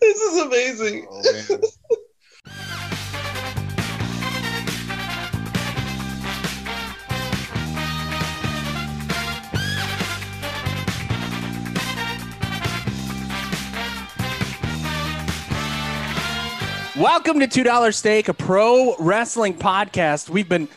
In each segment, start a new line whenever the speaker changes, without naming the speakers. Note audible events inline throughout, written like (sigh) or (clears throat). this is amazing.
Oh, man.
Welcome to Two Dollar Steak, a pro wrestling podcast. We've been,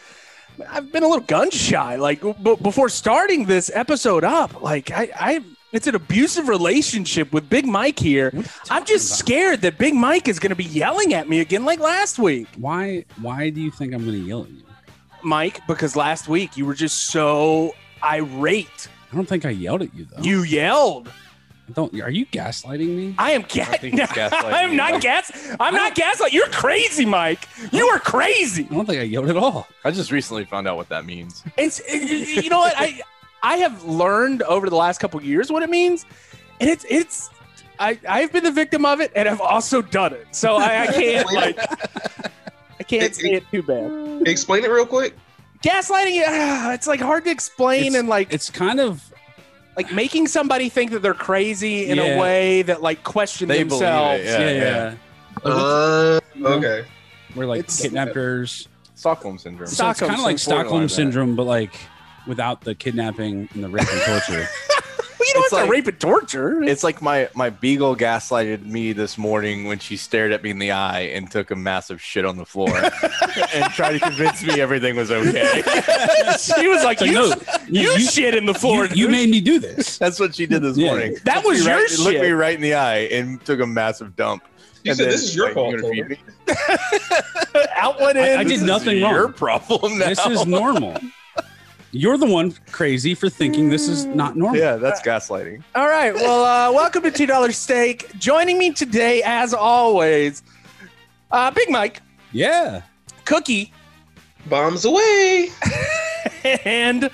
I've been a little gun shy, like b- before starting this episode up. Like I, I, it's an abusive relationship with Big Mike here.
What are you
I'm
talking
just
about?
scared that Big Mike is going to be yelling at me again, like last week,
Why? Why do you think I'm going to yell at you?
Mike. Because last week you were just so irate.
I don't think I yelled at you though.
You yelled.
I don't. Are you gaslighting me?
I am gas.
I think he's
(laughs)
gaslighting
I'm
you,
not
Mike.
gas. I'm not gaslight. You're crazy, Mike. You are crazy.
I don't think I yelled at all.
I just recently found out what that means.
It's you you know what I I have learned over the last couple years what it means, and it's it's I I've been the victim of it, and I've also done it, so I, I can't like I can't say it too bad.
Explain it real quick.
Gaslighting, ah, it's like hard to explain, and like
It's kind of
like making somebody think that they're crazy in
Yeah.
a way that like question
They believe it,
themselves.
Yeah,
yeah, yeah.
yeah. uh,
Uh, okay.
We're like
It's-
kidnappers.
Stockholm syndrome.
So-
it's kind
Stockholm
of like
syndrome, borderline
Stockholm
that.
syndrome, but like without the kidnapping and the rape and
(laughs)
torture.
Well, you don't
It's
have to
like-
rape and torture.
It's like my my beagle gaslighted me this morning when she stared at me in the eye and took a massive shit on the floor and tried to convince me everything was okay.
(laughs) she was like,
It's like,
you,
no,
you,
you,
shit in the floor.
you- you
dude."
made me do
(laughs)
this.
That's what she did this
Yeah.
morning.
That
Looked
was
me
your
right, Looked me
shit.
right in the eye and took a massive dump.
You
And
said
then,
this is your
like,
fault.
you gonna feed
Homer.
me?
outlet in.
I- I did
This is
nothing wrong.
Your problem now.
This is normal. You're the one crazy for thinking this is not normal.
(laughs) yeah, that's gaslighting.
All right. Well, uh, welcome to Two Dollar Steak. Joining me today, as always, uh, Big Mike,
Yeah.
Cookie,
Bombs away.
and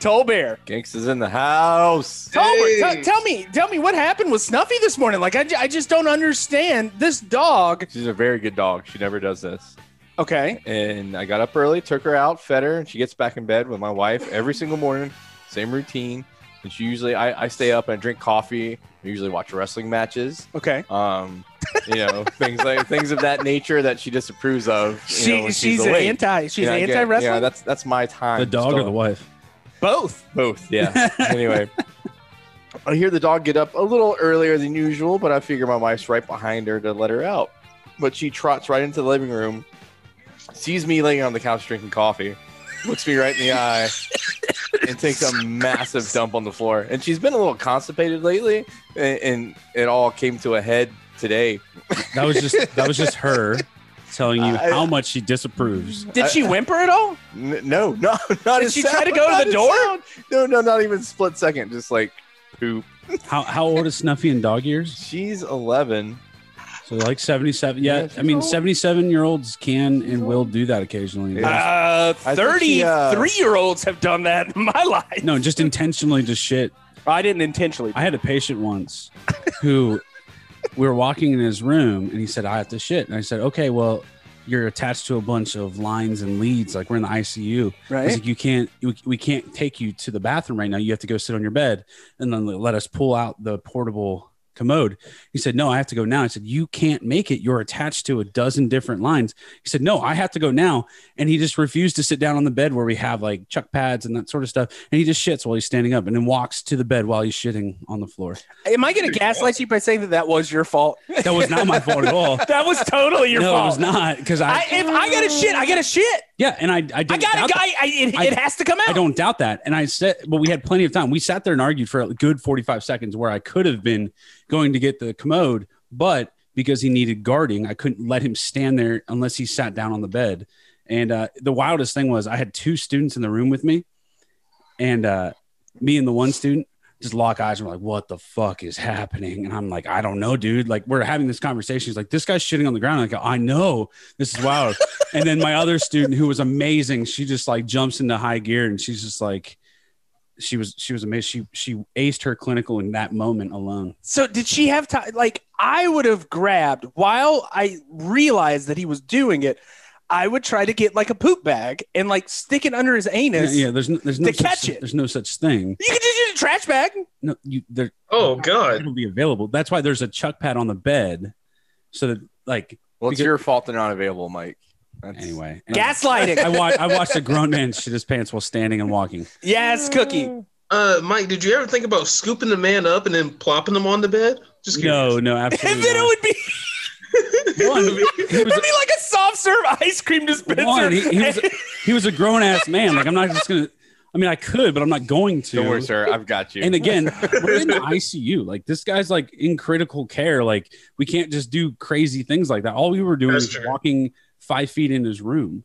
Toll Bear.
Gangsters in the house.
Tolbert,
Hey.
t- tell me, tell me what happened with Snuffy this morning. Like, I, ju- I just don't understand this dog.
She's a very good dog. She never does this.
Okay.
And I got up early, took her out, fed her, and she gets back in bed with my wife every single morning. Same routine. And she usually, I, I stay up and drink coffee. I usually watch wrestling matches.
Okay.
Um, you
(laughs)
know, things like things of that nature that she disapproves of. You
She,
know, when
she's, an
awake.
anti. She's
You know, I
an
get-
anti wrestling.
Yeah, that's that's my time.
The dog or
still.
the wife?
Both.
Both, yeah. anyway, (laughs) I hear the dog get up a little earlier than usual, but I figure my wife's right behind her to let her out. But she trots right into the living room, sees me laying on the couch drinking coffee, looks me right in the eye, and takes a massive dump on the floor. And she's been a little constipated lately, and, and it all came to a head today.
That was just that was just her telling you
(laughs) I-
how much she disapproves.
Did she whimper at all?
N- no, (laughs) no, not
Did
a
she try
sound,
to go to
not
the
a
door?
sound. No, no, not even split second. Just like poop.
How how old is Snuffy in dog years?
She's 11.
So like seventy seven. Yeah,
Yeah, she's
I mean
old.
seventy seven year olds can and will do that occasionally.
Yeah.
Uh,
I think she, uh,
33 year olds have done that in my life.
No, just intentionally just shit.
I didn't intentionally.
I had a patient once who we were walking in his room and he said, I have to shit. And I said, Okay, well, you're attached to a bunch of lines and leads, like we're in the ICU. I was
Right?
like, you can't, we, we can't take you to the bathroom right now. You have to go sit on your bed and then let us pull out the portable commode. He said, no, I have to go now. I said, you can't make it. You're attached to a dozen different lines. He said, no, I have to go now. And he just refused to sit down on the bed where we have like chuck pads and that sort of stuff. And he just shits while he's standing up and then walks to the bed while he's shitting on the floor.
Am I going to gaslight you by saying that that was your fault?
That was not my fault at all.
(laughs) That was totally (laughs) your
no,
fault.
it was not. Cause I,
I, if I got a shit, I got a shit.
yeah. And I, I
I
didn't doubt
got a
that.
guy. I, it,
I-
it has to come out.
I don't doubt that. And I said, but we had plenty of time. We sat there and argued for a good 45 seconds where I could have been going to get the commode, but because he needed guarding, I couldn't let him stand there unless he sat down on the bed. And uh, the wildest thing was, I had two students in the room with me, and uh, me and the one student just lock eyes and we're like, what the fuck is happening? And I'm like, I don't know, dude. Like, we're having this conversation. He's like, this guy's shitting on the ground. I go, I know. This is wild. and then my other student who was amazing, she just like jumps into high gear and she's just like, she was she was amazing. She she aced her clinical in that moment alone.
So did she have time? Like I would have grabbed while I realized that he was doing it. I would try to get like a poop bag and like stick it under his
Yeah,
anus.
yeah, there's no, there's no
To
such,
catch it.
There's no such thing.
You could just use a trash bag.
No, you there.
Oh god.
It'll be available. That's why there's a chuck pad on the bed, so that like
Well, it's
Because-
your fault they're not available, Mike. That's-
anyway. I (laughs)
Gaslighting.
watched I watched a grown man shit his pants while standing and walking.
yes,
(laughs)
cookie. (laughs)
Uh, Mike, did you ever think about scooping the man up and then plopping him on the bed? Just
No, no,
And
absolutely.
then it
not.
would
(laughs)
be
One, he
it'd be
was
like a soft serve ice cream dispenser.
One, he- he was- he was a grown ass man. Like I'm not just gonna. I mean, I could, but I'm not going to.
Don't worry, sir. I've got you.
(laughs)
And again, we're in the ICU. Like this guy's like in critical care. Like we can't just do crazy things like that. All we were doing
That's
was
true.
walking five feet in his room.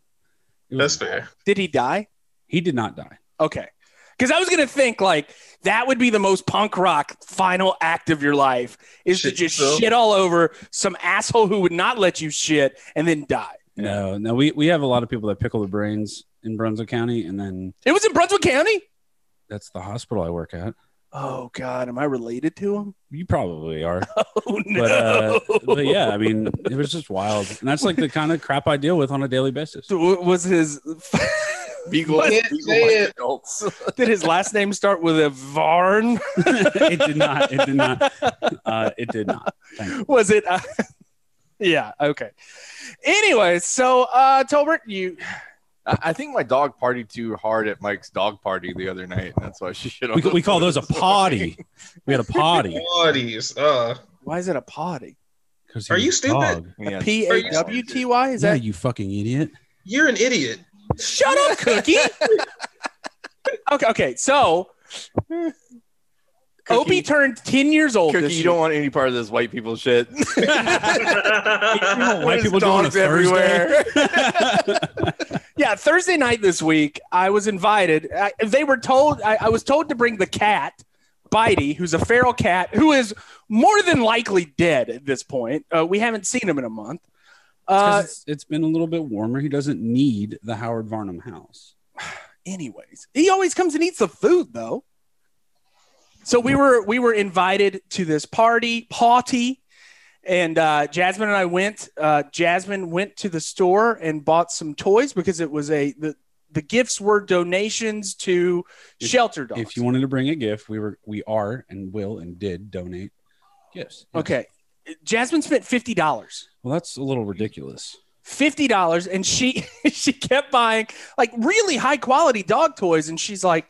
It
That's
was-
fair.
(laughs) Did he die?
He did not die.
Okay. Because I was gonna think like that would be the most punk rock final act of your life is to
Shit
just
yourself.
shit all over some asshole who would not let you shit and then die.
No, no. We we have a lot of people that pickle their brains in Brunswick County, and then
It was in Brunswick County.
that's the hospital I work at.
Oh God, am I related to him? (laughs)
You probably are.
Oh no.
But, uh,
(laughs)
but yeah, I mean, it was just wild, and that's like the kind of crap I deal with on a daily basis. (laughs)
So what was his (laughs)
Beagle,
Can't
Beagle
say
like
it.
adults. (laughs)
did his last name start with a Varn? (laughs)
it did not. It did not. Uh, it did not. Thank you.
Was it? Uh, (laughs) yeah. Okay. Anyway, so uh, Tolbert, you
I I think my dog partied too hard at Mike's dog party the other night. and That's why she shit on
We,
the
we call
floor.
those a potty. We had a potty.
Bodies. Uh,
why is it a potty?
'Cause
Are
he's
you
a
stupid?
dog.
(laughs) Yeah.
P
Are
A
you-
W T Y is
yeah,
that
you fucking idiot.
you're an (laughs) idiot.
Shut up,
(laughs)
Cookie. okay, okay. So Opie turned 10 years old.
Cookie,
this
you
year.
don't want any part of this white
(laughs)
people shit.
(laughs)
That's
White
There's
people do on a (laughs)
dogs everywhere. (laughs)
Yeah, Thursday night this week, I was invited. I, they were told, I, I was told to bring the cat, Bitey, who's a feral cat who is more than likely dead at this point. Uh, we haven't seen him in a month. Uh,
it's, it's been a little bit warmer. He doesn't need the Howard Varnum house.
anyways he always comes and eats the food though so we were we were invited to this party party and uh, jasmine and i went uh, jasmine went to the store and bought some toys because it was a the, the gifts were donations to
If-
shelter dogs
If you wanted to bring a gift, we were we are and will and did donate gifts.
okay jasmine spent $50
Well, that's a little ridiculous.
fifty dollars, and she (laughs) she kept buying like really high quality dog toys, and she's like,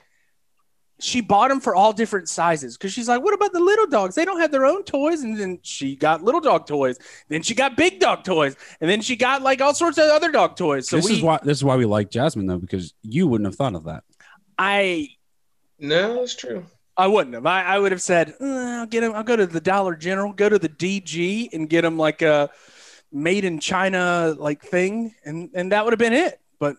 she bought them for all different sizes because she's like, what about the little dogs? They don't have their own toys, and then she got little dog toys, then she got big dog toys, and then she got like all sorts of other dog toys. So
this
we,
is why this is why we like Jasmine though, because you wouldn't have thought of that.
I
No, that's true.
I wouldn't have. I, I would have said, "Uh, I'll get him. I'll go to the Dollar General, go to the DG, and get him like a made in China like thing, and and that would have been it. But,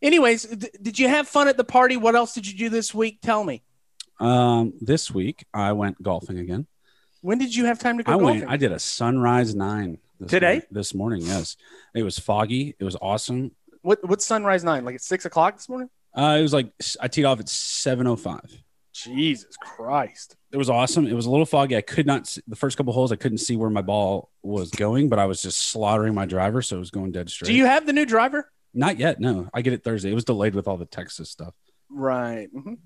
anyways, d- did you have fun at the party? What else did you do this week? Tell me.
Um, this week I went golfing again.
When did you have time to go
I
golfing?
went. I did a sunrise nine this
Today?
morning- this morning, yes, it was foggy. It was awesome.
what what's sunrise nine? Like at six o'clock this morning?
Uh, it was like s- I teed off at seven oh five.
Jesus Christ!
It was awesome. It was a little foggy. I could not see, the first couple holes. I couldn't see where my ball was going, but I was just slaughtering my driver, so it was going dead straight.
Do you have the new driver?
Not yet. No, I get it Thursday. It was delayed with all the Texas stuff.
Right. Mhm.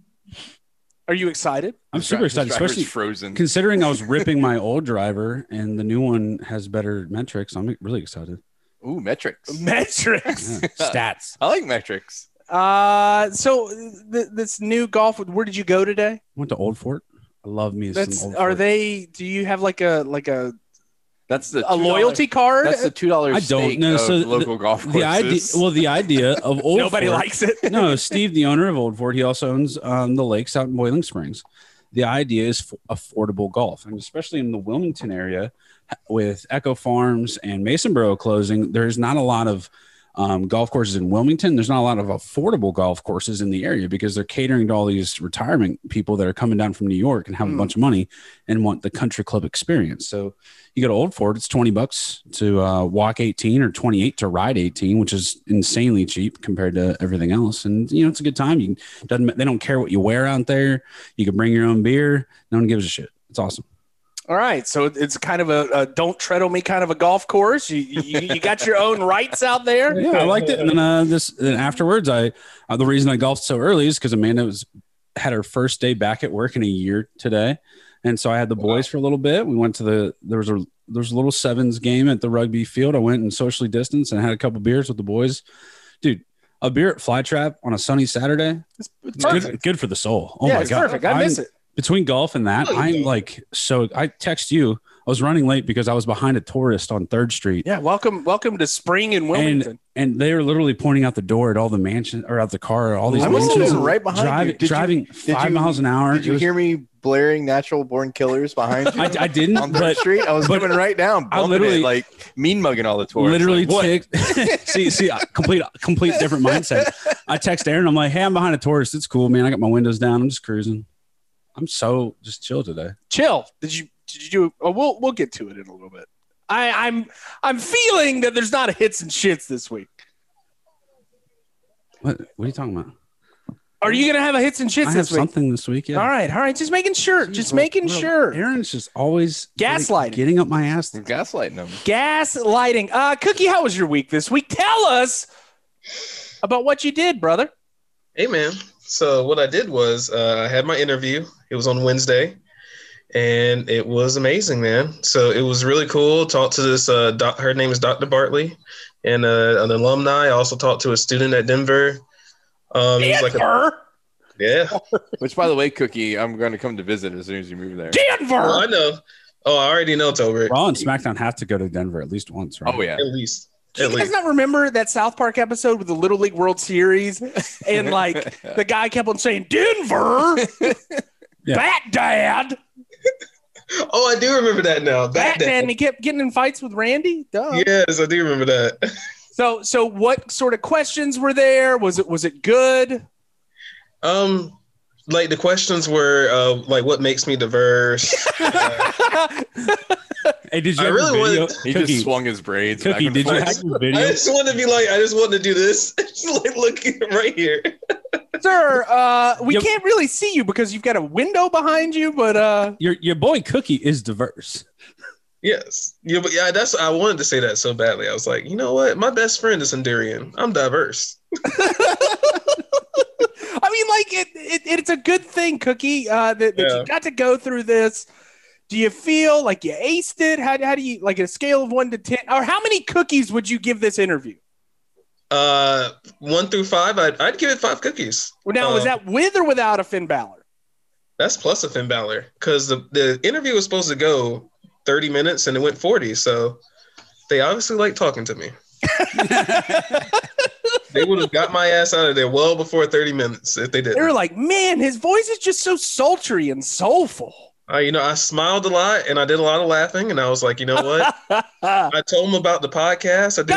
Are you excited?
I'm
This
super
(laughs) dri-
excited,
this driver's
especially
frozen.
considering
(laughs)
I was ripping my old driver, and the new one has better metrics. I'm really
(laughs)
excited.
Ooh, metrics.
Metrics.
Yeah. Stats.
I like metrics.
Uh, so th- this new golf. Where did you go today?
Went to Old Fort. I love me
That's
some Old
are
Fort.
they? Do you have like a like a
That's the
a
$2
loyalty card?
That's the two dollars.
I don't know. So the-
local golf courses.
the idea well the idea
(laughs)
of old
Nobody
Fort-
likes it.
no steve the owner of old ford he also owns um, the lakes out in boiling springs the idea is f- affordable golf and especially in the wilmington area with echo farms and masonboro closing there's not a lot of um, golf courses in wilmington there's not a lot of affordable golf courses in the area because they're catering to all these retirement people that are coming down from new york and have
Hmm.
a bunch of money and want the country club experience so you go to Old Ford, it's 20 bucks to uh, walk 18 or 28 to ride 18, which is insanely cheap compared to everything else. And you know, it's a good time. You doesn't they don't care what you wear out there. You can bring your own beer. No one gives a shit. It's awesome.
All right, so it- it's kind of a, a don't tread on me kind of a golf course. You you, you got your own rights out there.
Yeah, I liked it. And then uh, this, then afterwards, I uh, the reason I golfed so early is because Amanda was had her first day back at work in a year today, and so I had the boys for a little bit. We went to the there was a there was a little sevens game at the rugby field. I went and socially distanced and had a couple beers with the boys. Dude, a beer at Fly Trap on a sunny Saturday,
It's, it's
it's
perfect.
good, good for the soul. Oh
yeah,
my
it's
god,
perfect. I
I'm-
miss it.
between golf and that,
Oh, yeah.
I'm like so. I text you. I was running late because I was behind a tourist on Third Street,
Yeah, welcome, welcome to spring in Wilmington.
and they were literally pointing out the door at all the mansion or out the car, all these
I
was
mansions,
sitting right behind
driving,
you. Did you-
driving five
you-
miles an hour.
Did
It
you
was-
hear me blaring "Natural Born Killers" behind
(laughs)
you
I, I didn't,
on Third (laughs)
but
Street? I was
but-
coming right down,
I
bumping
literally-
it, like mean mugging all the tourists.
literally
Like, what?
tick- (laughs) see, see, I- complete, complete different mindset. I text Aaron. I'm like, hey, I'm behind a tourist. It's cool, man. I got my windows down. I'm just cruising. I'm so just chill today.
Chill. Did you did you do? Oh, we'll we'll get to it in a little bit. I, I'm I'm feeling that there's not a hits and shits this week.
What? What are you talking about?
Are you gonna have a hits and
I
shits
have
this week?
something this week. Yeah.
All right, all right. Just making sure.
Jeez,
just
we're-
making
we're-
sure.
Aaron's just always
Gaslighting.
getting up my ass.
I'm gaslighting them.
Gaslighting. Uh, Cookie, how was your week this week? Tell us about what you did, brother.
Hey man. So what I did was uh, I had my interview. It was on Wednesday, and it was amazing, man. So it was really cool. Talked to this. Uh, doc, her name is Dr. Bartley, and uh, an alumni. I also talked to a student at Denver. Um, he's like, a,
Denver.
yeah.
Which, by the way, Cookie, I'm going to come to visit as soon as you move there.
Well,
Denver.
I know. Oh, I already know Tober.
Raw and SmackDown have to go to Denver at least once, right?
Oh
(laughs)
yeah,
At least.
Do
At
you guys
least.
not remember that South Park episode with the Little League World Series? And like the guy kept on saying, Denver,
(laughs) Yeah.
Bat Dad,
Oh, I do remember that now. That
Bat Dad,
day.
and he kept getting in fights with Randy. Duh.
Yes, I do remember that. (laughs)
So, so what sort of questions were there? Was it was
(laughs)
it good?
Um, like the questions were uh, like, what makes me diverse? Uh,
Hey, did you
I
have
really
your video?
wanted-
(laughs) he
Cookie,
just swung his braids. back
Cookie,
and
did you
forth.
have your
I
video?
just wanted to be like, I just wanted to do this. (laughs) Just like, look right here.
Sir, uh, we
Yep.
can't really see you because you've got a window behind you, but uh,
Your your boy Cookie is diverse.
Yes. Yeah, but yeah, that's I wanted to say that so badly. I was like, you know what? My best friend is Hondurian. I'm diverse.
I mean, like it, it it's a good thing, Cookie, uh, that, that
Yeah.
you got to go through this. Do you feel like you aced it? How, how do you like a scale of one to ten, or how many cookies would you give this interview?
Uh, one through five, I'd, I'd give it five cookies.
Now, is
Um,
that with or without a Finn Balor?
That's plus a Finn Balor because the, the interview was supposed to go 30 minutes and it went 40. So they obviously like talking to me. They would have got my ass out of there well before 30 minutes if they
They were
didn't.
like, man, his voice is just so sultry and soulful.
Uh, you know, I smiled a lot and I did a lot of laughing. And I was like, you know what?
God
I told him about the podcast. I did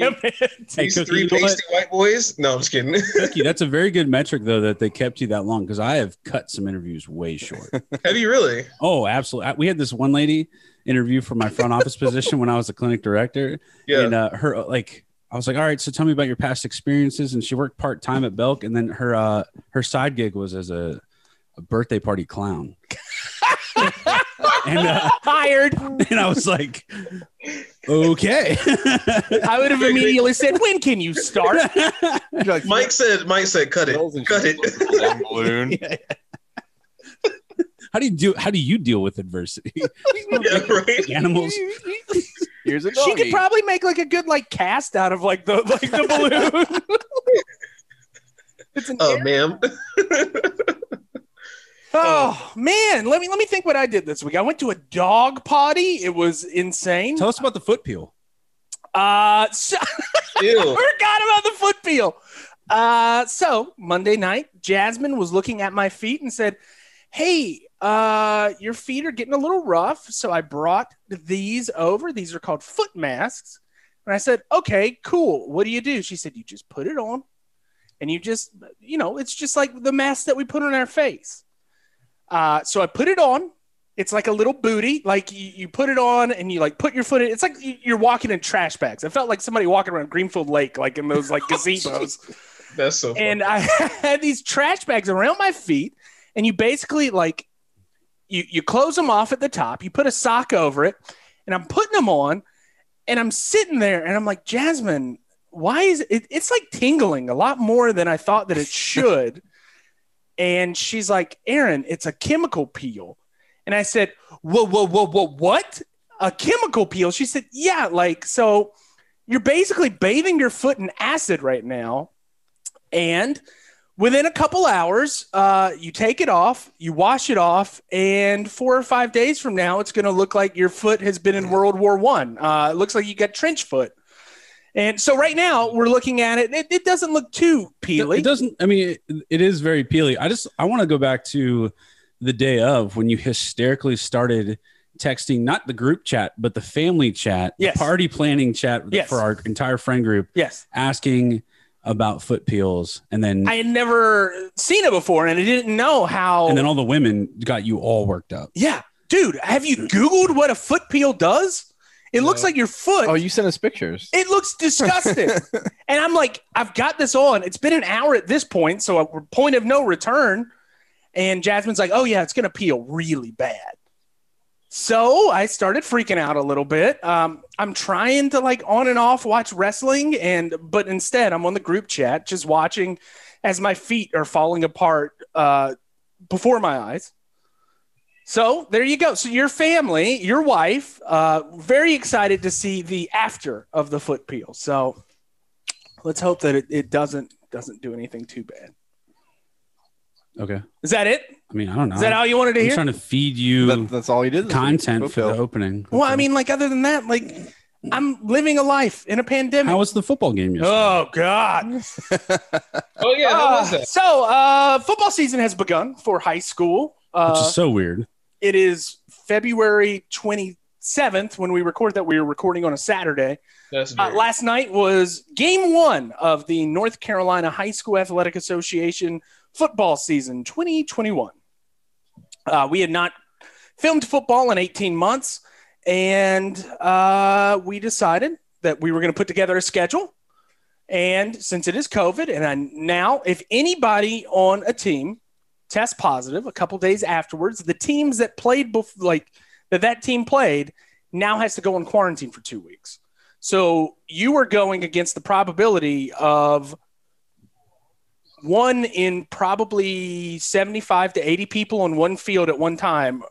damn it!
Hey,
These
Cookie,
three
you know what?
pasty white boys. No, I'm just kidding. (laughs)
Cookie, that's a very good metric though that they kept you that long because I have cut some interviews way short.
(laughs) Have you really?
Oh, absolutely. I- We had this one lady interview for my front office position when I was the clinic director,
Yeah.
and uh, her like I was like, all right, so tell me about your past experiences. And she worked part time at Belk, and then her uh, her side gig was as a, a birthday
(laughs)
party clown. and uh,
Hired.
and I was like, okay. (laughs)
I would have immediately said, "When can you start?"
You're (laughs) like,
Mike said. Mike said, cut it,
bells and
cut
shit,
it.
long
(laughs)
balloon.
how do you do? How do you deal with
(laughs)
adversity?
(laughs) yeah, right.
Animals.
she
Here's a
could
doggy.
probably make like a good like cast out of like the like the balloon. it's an
Oh,
air-
ma'am.
oh man, let me let me think what I did this week. I went to a dog potty. It was insane.
(laughs) Tell us about the foot peel.
Uh, so- (laughs)
Ew.
forgot about the foot peel. Uh, so Monday night, Jasmine was looking at my feet and said, "Hey, uh, your feet are getting a little rough." So I brought these over. These are called foot masks. And I said, "Okay, cool. What do you do?" She said, "You just put it on, and you just, you know, it's just like the mask that we put on our face." Uh, so I put it on. It's like a little booty. Like you, you put it on and you like put your foot in. It's like you- you're walking in trash bags. I felt like somebody walking around Greenfield Lake, like in those like gazebos.
That's so.
(laughs)
Funny.
and I had these trash bags around my feet. And you basically like you you close them off at the top, you put a sock over it, and I'm putting them on, and I'm sitting there and I'm like, Jasmine, why is it? It's like tingling a lot more than I thought that it should. and she's like, Aaron, it's a chemical peel. And I said, Whoa, whoa, whoa, whoa, what? A chemical peel? She said, Yeah, like so. You're basically bathing your foot in acid right now, and within a couple hours, uh, you take it off, you wash it off, and four or five days from now, it's going to look like your foot has been in World War One. Uh, it looks like you got trench foot. And so right now we're looking at it. and It, it doesn't look too peely.
It doesn't. I mean, it, it is very peely. I just I want to go back to the day of when you hysterically started texting not the group chat but the family chat,
Yes.
the party planning chat
Yes.
for our entire friend group,
yes,
asking about foot peels, and then
I had never seen it before, and I didn't know how.
and then all the women got you all worked up.
yeah, dude, have you Googled what a foot peel does? It looks
No.
like your foot.
Oh, you sent us pictures.
It looks
(laughs)
disgusting. and I'm like, I've got this on. It's been an hour at this point, so a point of no return. And Jasmine's like, oh, yeah, it's going to peel really bad. So I started freaking out a little bit. Um, I'm trying to like on and off watch wrestling, and but instead I'm on the group chat just watching as my feet are falling apart uh, before my eyes. So there you go. So your family, your wife, uh, very excited to see the after of the foot peel. So let's hope that it, it doesn't doesn't do anything too bad.
Okay,
Is that it?
I mean I don't know.
Is that all you wanted to
I'm
hear?
trying to feed you
That, that's all you did. this
content
week.
for the opening.
well, I mean, like other than that, like I'm living a life in a pandemic.
how was the football game yesterday?
oh God.
Oh yeah, how was
Uh,
that?
so uh, football season has begun for high school. Uh,
Which is so weird.
it is February 27th when we record that. We were recording on a Saturday.
That's
Uh,
weird.
last night was game one of the North Carolina High School Athletic Association football season 2021. Uh, we had not filmed football in 18 months, and uh, we decided that we were going to put together a schedule. And since it is COVID, and I, now if anybody on a team tests positive a couple days afterwards, the teams that played bef- like that that team played now has to go on quarantine for two weeks. So you were going against the probability of one in probably 75 to 80 people on one field at one time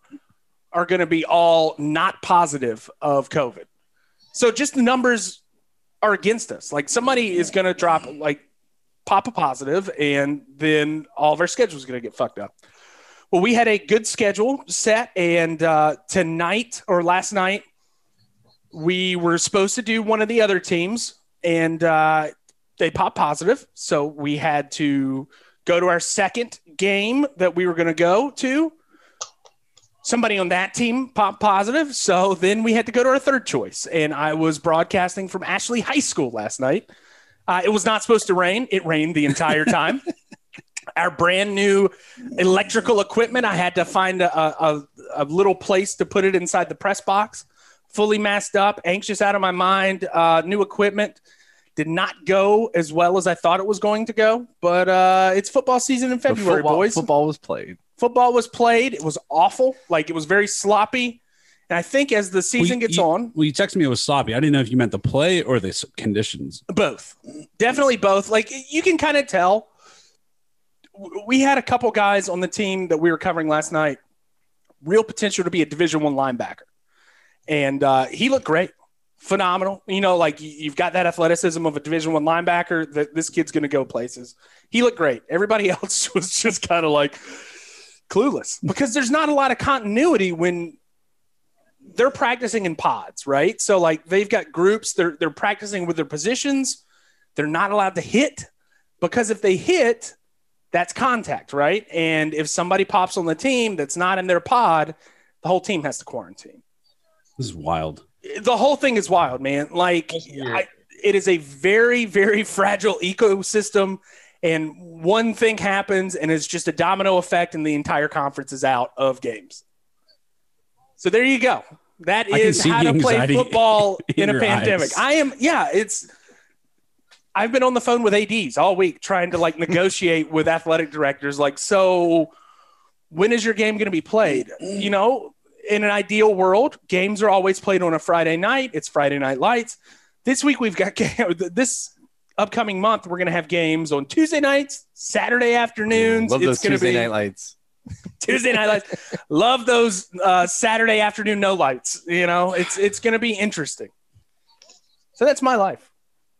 are going to be all not positive of COVID. So just the numbers are against us. Like somebody is going to drop, like, pop a positive, and then all of our schedules going to get fucked up. Well, we had a good schedule set, and uh, tonight or last night, we were supposed to do one of the other teams and uh, they popped positive so we had to go to our second game that we were going to go to somebody on that team popped positive so then we had to go to our third choice and i was broadcasting from ashley high school last night uh, it was not supposed to rain it rained the entire time (laughs) our brand new electrical equipment i had to find a, a, a little place to put it inside the press box fully masked up, anxious out of my mind. Uh, new equipment did not go as well as I thought it was going to go, but uh, it's football season in
The
February,
football,
boys.
Football was played.
Football was played. It was awful. Like it was very sloppy. And I think as the season
you-
gets
you-
on,
Well, you texted me it was sloppy. I didn't know if you meant the play or the s- conditions.
both, definitely both. Like you can kind of tell. W- We had a couple guys on the team that we were covering last night, real potential to be a Division One linebacker, and uh, he looked great, phenomenal. You know, like you- you've got that athleticism of a Division One linebacker. That this kid's going to go places. He looked great. Everybody (laughs) else was just kind of like clueless because there's not a lot of continuity when they're practicing in pods, right? So like they've got groups, they're they're practicing with their positions. They're not allowed to hit because if they hit, that's contact, right? And if somebody pops on the team that's not in their pod, the whole team has to quarantine.
This is wild.
The whole thing is wild, man. Like
That's weird.
I, it is a very very (laughs) fragile ecosystem and one thing happens and it's just a domino effect and the entire conference is out of games so there you go that
I can
is
see
how
the
to play
anxiety
football in,
(laughs) in
a
your
pandemic
eyes.
i am yeah it's i've been on the
(laughs)
phone with ads all week trying to like negotiate with athletic directors like so when is your game going to be played? You know, in an ideal world, games are always played on a Friday night. It's Friday Night Lights. This week we've got ga- (laughs) this upcoming month we're going to have games on Tuesday nights, Saturday afternoons.
Love those
it's going to
Tuesday
be
night lights.
(laughs) Tuesday night lights. Love those uh, Saturday afternoon no lights. You know, it's it's going to be interesting. So that's my life.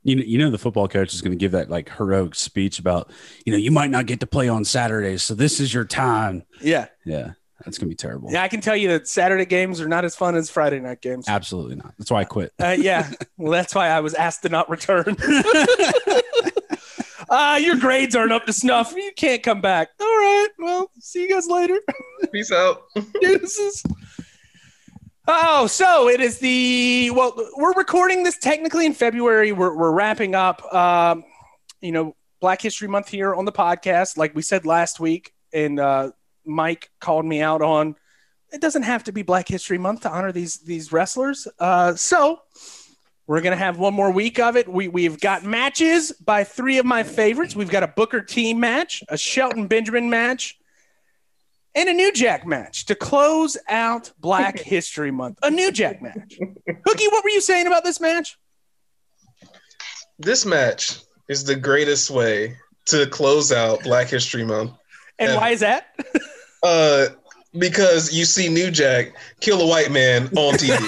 You know, you know the football coach is going to give that like heroic speech about, you know, you might not get to play on Saturdays, so this is your time.
Yeah,
Yeah, that's going to be terrible.
yeah. I can tell you that Saturday games are not as fun as Friday night games.
Absolutely not. That's why I quit.
Uh, yeah. Well, that's why I was asked to not return. (laughs) uh, your grades aren't up to snuff. You can't come back. All right. Well, see you guys later.
Peace out.
Deuces. Oh, so it is the well. We're recording this technically in February. We're we're wrapping up. Um, you know, Black History Month here on the podcast, like we said last week, and uh, Mike called me out on. It doesn't have to be Black History Month to honor these these wrestlers. Uh, so we're gonna have one more week of it. We we've got matches by three of my favorites. We've got a Booker T match, a Shelton Benjamin match, and a New Jack match to close out Black History Month. A New Jack match. Hookie, what were you saying about this match?
This match is the greatest way to close out Black History Month.
And
Yeah.
why is that?
Uh, because you see New Jack kill a white man on (laughs) TV.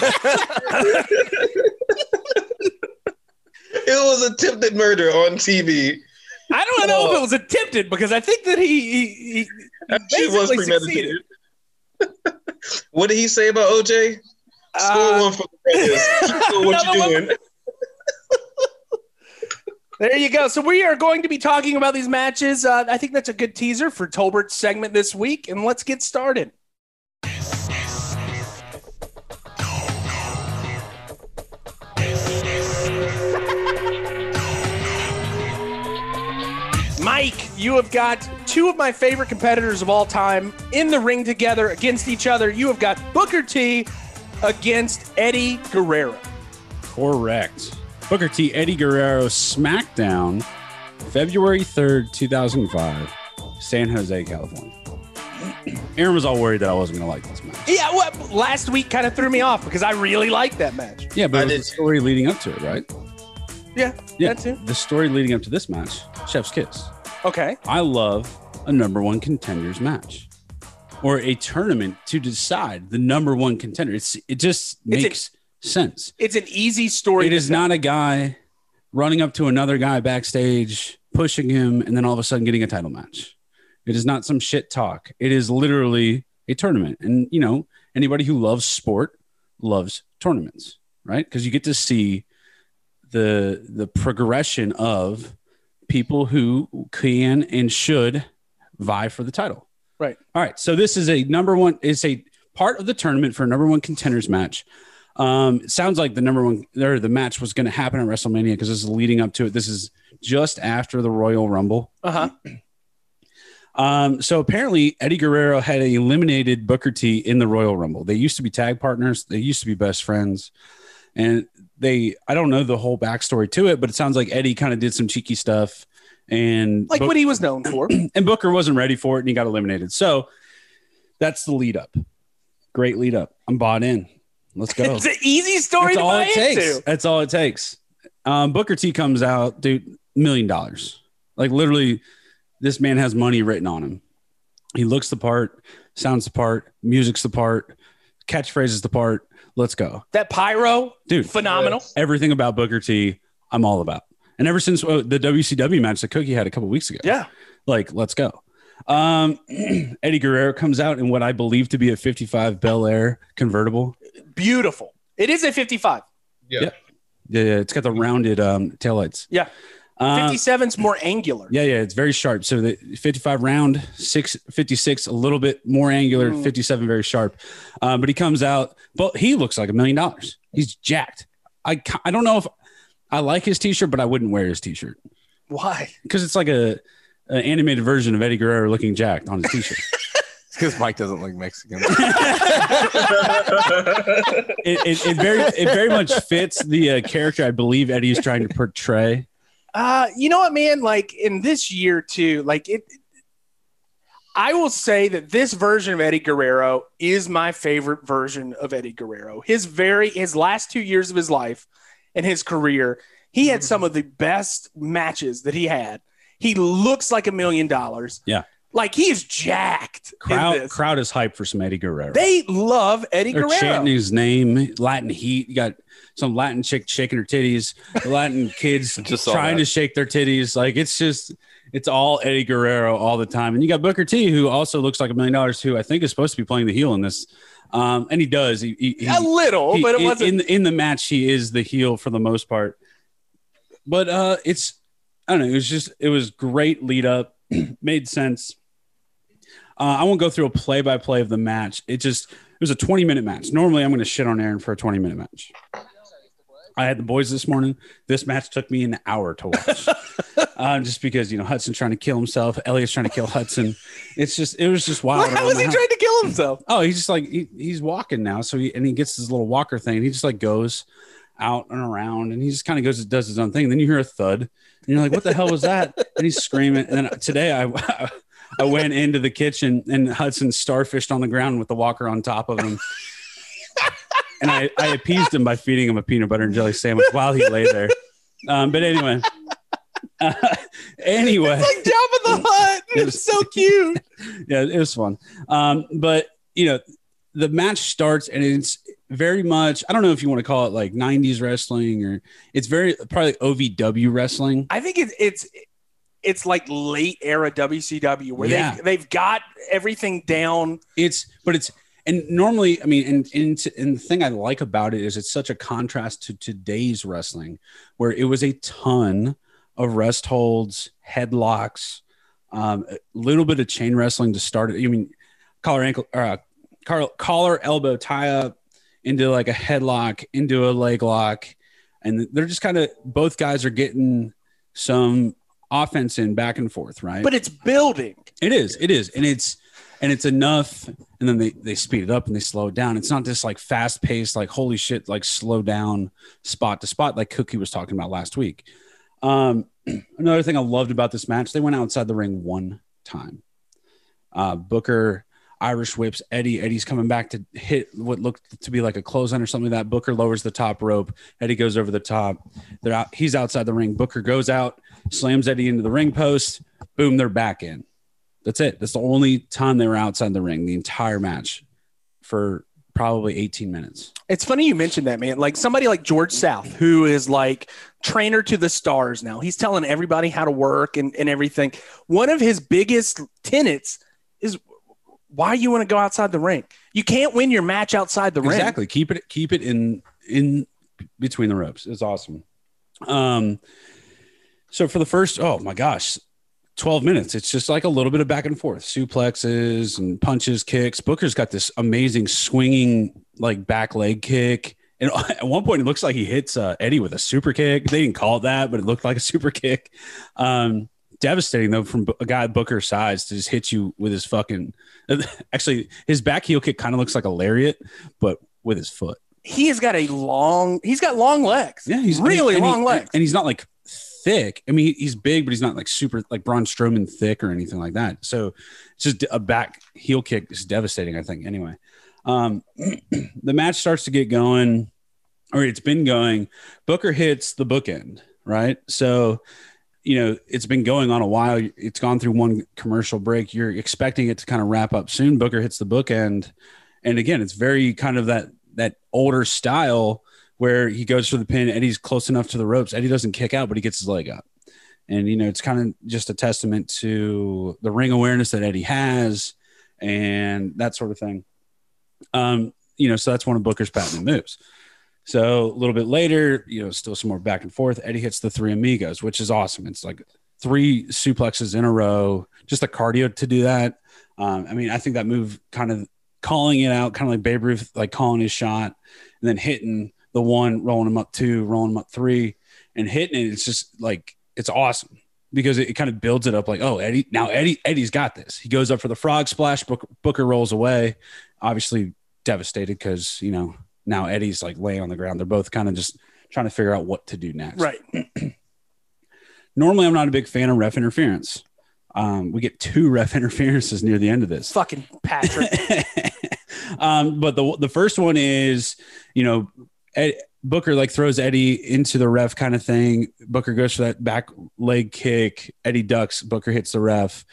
it was attempted murder on TV.
I don't know if it was attempted because I think that he, he, he
That shit was
basically
premeditated. (laughs) what did he say about OJ? Score
Uh,
one for the Raiders. Keep doing what
another
you're
one.
doing.
There you go. So we are going to be talking about these matches. Uh, I think that's a good teaser for Tolbert's segment this week, and let's get started. Mike, you have got two of my favorite competitors of all time in the ring together against each other. You have got Booker T against Eddie Guerrero.
Correct. Booker T. Eddie Guerrero SmackDown, February 3rd, 2005, San Jose, California. (clears throat) Aaron was all worried that I wasn't going to like this match.
Yeah, well, last week kind of threw me off because I really liked that match.
Yeah, but
I
it was
did
the story leading up to it, right?
Yeah,
Yeah.
that too.
The story leading up to this match, Chef's Kiss.
Okay.
I love a number one contenders match or a tournament to decide the number one contender. It's, it just
It's a-
makes sense.
It's an easy story.
It is not a guy running up to another guy backstage, pushing him, and then all of a sudden getting a title match. It is not some shit talk. It is literally a tournament. And, you know, anybody who loves sport loves tournaments, right? Because you get to see the the progression of people who can and should vie for the title.
Right.
All right. So this is a number one, it's a part of the tournament for a number one contenders match. Um, it sounds like the number one or the match was going to happen at WrestleMania because this is leading up to it. This is just after the Royal Rumble.
Uh huh.
Um, so apparently Eddie Guerrero had eliminated Booker T in the Royal Rumble. They used to be tag partners. They used to be best friends, and they I don't know the whole backstory to it, but it sounds like Eddie kind of did some cheeky stuff. And
Like
Book-
what he was known
(clears throat)
for.
and Booker wasn't ready for it and he got eliminated. So that's the lead up. Great lead up. I'm bought in.
(laughs)
Let's go.
It's an easy story
That's
to
all
buy
it takes.
into.
That's all it takes. Um, Booker T comes out, dude, million dollars. Like literally, this man has money written on him. He looks the part, sounds the part, music's the part, catchphrases the part. Let's go,
That pyro,
dude.
phenomenal.
Everything about Booker T, I'm all about. And ever since uh, the WCW match that Cookie had a couple weeks ago,
Yeah.
like let's go. Um, (clears throat) Eddie Guerrero comes out in what I believe to be a 55 Bel Air convertible.
Beautiful. It is a 55.
Yeah.
Yeah. Yeah, yeah, it's got the rounded um taillights.
Yeah.
Uh,
57's more angular.
yeah, yeah, it's very sharp. So the 55 round, six, 56, a little bit more angular,
Mm.
57, very sharp. Um, but he comes out, but he looks like a million dollars. He's jacked. I, ca- I don't know if I like his t shirt, but I wouldn't wear his t shirt
Why?
because it's like a, a animated version of Eddie Guerrero looking jacked on his
(laughs)
t shirt.
It's because Mike doesn't
(laughs)
look Mexican.
it, it, it very it very much fits the uh, character I believe Eddie is trying to portray.
Uh, you know what, man? Like in this year too, like it. I will say that this version of Eddie Guerrero is my favorite version of Eddie Guerrero. His very his last two years of his life and his career, he
Mm-hmm.
had some of the best matches that he had. He looks like a million dollars.
Yeah.
Like he is jacked. in
Crowd,
this.
crowd is hyped for some Eddie Guerrero.
They love Eddie
They're
Guerrero.
chanting his name, Latin heat. You got some Latin chick shaking her titties, Latin kids
(laughs) Just saw
trying
that.
to shake their titties. Like it's just, it's all Eddie Guerrero all the time. And you got Booker T, who also looks like a million dollars, who I think is supposed to be playing the heel in this. Um, and he does. He, he, he-
a little,
he-
but it
in-
wasn't.
in, in the match. He is the heel for the most part. But uh, it's I don't know. It was just it was great lead up, (clears throat) made sense. Uh, I won't go through a play by play of the match. It just it was a twenty minute match. Normally, I'm going to shit on Aaron for a twenty minute match. I had the boys this morning. This match took me an hour
(laughs)
to watch, um, just because you know Hudson trying to kill himself, Elliot's trying to kill Hudson. It's just it was just wild.
(laughs) How
around
was
the
he
house.
trying to kill himself?
Oh, he's just like he, he's walking now. So he and he gets his little walker thing. And he just like goes out and around, and he just kind of goes and does his own thing. then you hear a thud, and you're like, "What the hell was that?" And he's screaming. And then today I (laughs) I went into the kitchen, and Hudson starfished on the ground with the walker on top of him. And I, I appeased him by feeding him a peanut butter and jelly sandwich while he lay there. Um, but anyway, (laughs) uh, anyway,
It's like Jabba
(laughs)
the Hutt.
It
It's
was-
so cute.
yeah, it was fun. Um, but you know, the match starts and it's very much I don't know if you want to call it like 90s wrestling or it's very probably OVW wrestling.
I think it's it's it's like late era WCW where
Yeah.
they they've got everything down.
It's but it's and normally I mean and and and the thing I like about it is it's such a contrast to today's wrestling where it was a ton of rest holds, headlocks, um, a little bit of chain wrestling to start it. I mean, collar ankle or uh, collar, collar elbow tie up into like a headlock into a leg lock, and they're just kind of both guys are getting some offense in back and forth, right?
But it's building.
It is. It is, and it's and it's enough. And then they they speed it up and they slow it down. It's not just like fast paced, like holy shit, like slow down spot to spot, like Cookie was talking about last week. Um, (clears throat) another thing I loved about this match, they went outside the ring one time. Uh, Booker Irish whips Eddie. Eddie's coming back to hit what looked to be like a clothesline or something like that. Booker lowers the top rope. Eddie goes over the top. They're out. He's outside the ring. Booker goes out, slams Eddie into the ring post. Boom, they're back in. That's it. That's the only time they were outside the ring the entire match for probably 18 minutes.
It's funny you mentioned that, man. Like somebody like George South, who is like trainer to the stars now. He's telling everybody how to work and, and everything. One of his biggest tenets is why you want to go outside the ring. You can't win your match outside the ring.
Exactly. Keep it keep it in in between the ropes. It's awesome. Um so for the first oh my gosh, 12 minutes. It's just like a little bit of back and forth. Suplexes and punches, kicks. Booker's got this amazing swinging like back leg kick. And (laughs) at one point, it looks like he hits uh, Eddie with a super kick. They didn't call it that, but it looked like a super kick. Um, devastating though, from a guy Booker's size to just hit you with his fucking. (laughs) Actually, his back heel kick kind of looks like a lariat, but with his foot.
He has got a long. He's got long legs.
Yeah, he's
really
and he-
long legs.
and he's not like thick. I mean, he- he's big, but he's not like super like Braun Strowman thick or anything like that. So, it's just a back heel kick is devastating. I think anyway. Um, (clears throat) the match starts to get going, or it's been going. Booker hits the bookend, right? So, you know, it's been going on a while. It's gone through one commercial break. You're expecting it to kind of wrap up soon. Booker hits the bookend, and again, it's very kind of that that older style where he goes for the pin. Eddie's close enough to the ropes. Eddie doesn't kick out, but he gets his leg up. And, you know, it's kind of just a testament to the ring awareness that Eddie has and that sort of thing. Um, you know, so that's one of Booker's patented moves. So a little bit later, you know, still some more back and forth. Eddie hits the three amigos, which is awesome. It's like three suplexes in a row, just the cardio to do that. Um, I mean, I think that move kind of calling it out, kind of like Babe Ruth, like calling his shot and then hitting the one, rolling him up two, rolling him up three, and hitting it. It's just like it's awesome because it, it kind of builds it up. Like, oh, Eddie, now Eddie, Eddie's got this. He goes up for the frog splash. Booker, Booker rolls away, obviously devastated because you know now Eddie's like laying on the ground. They're both kind of just trying to figure out what to do next
Right.
normally I'm not a big fan of ref interference. Um, we get two (laughs) ref interferences near the end of this.
Fucking
(laughs)
Patrick.
um, but the the first one is, you know, Ed, Booker like throws Eddie into the ref kind of thing. Booker goes for that back leg kick. Eddie ducks. Booker hits the ref.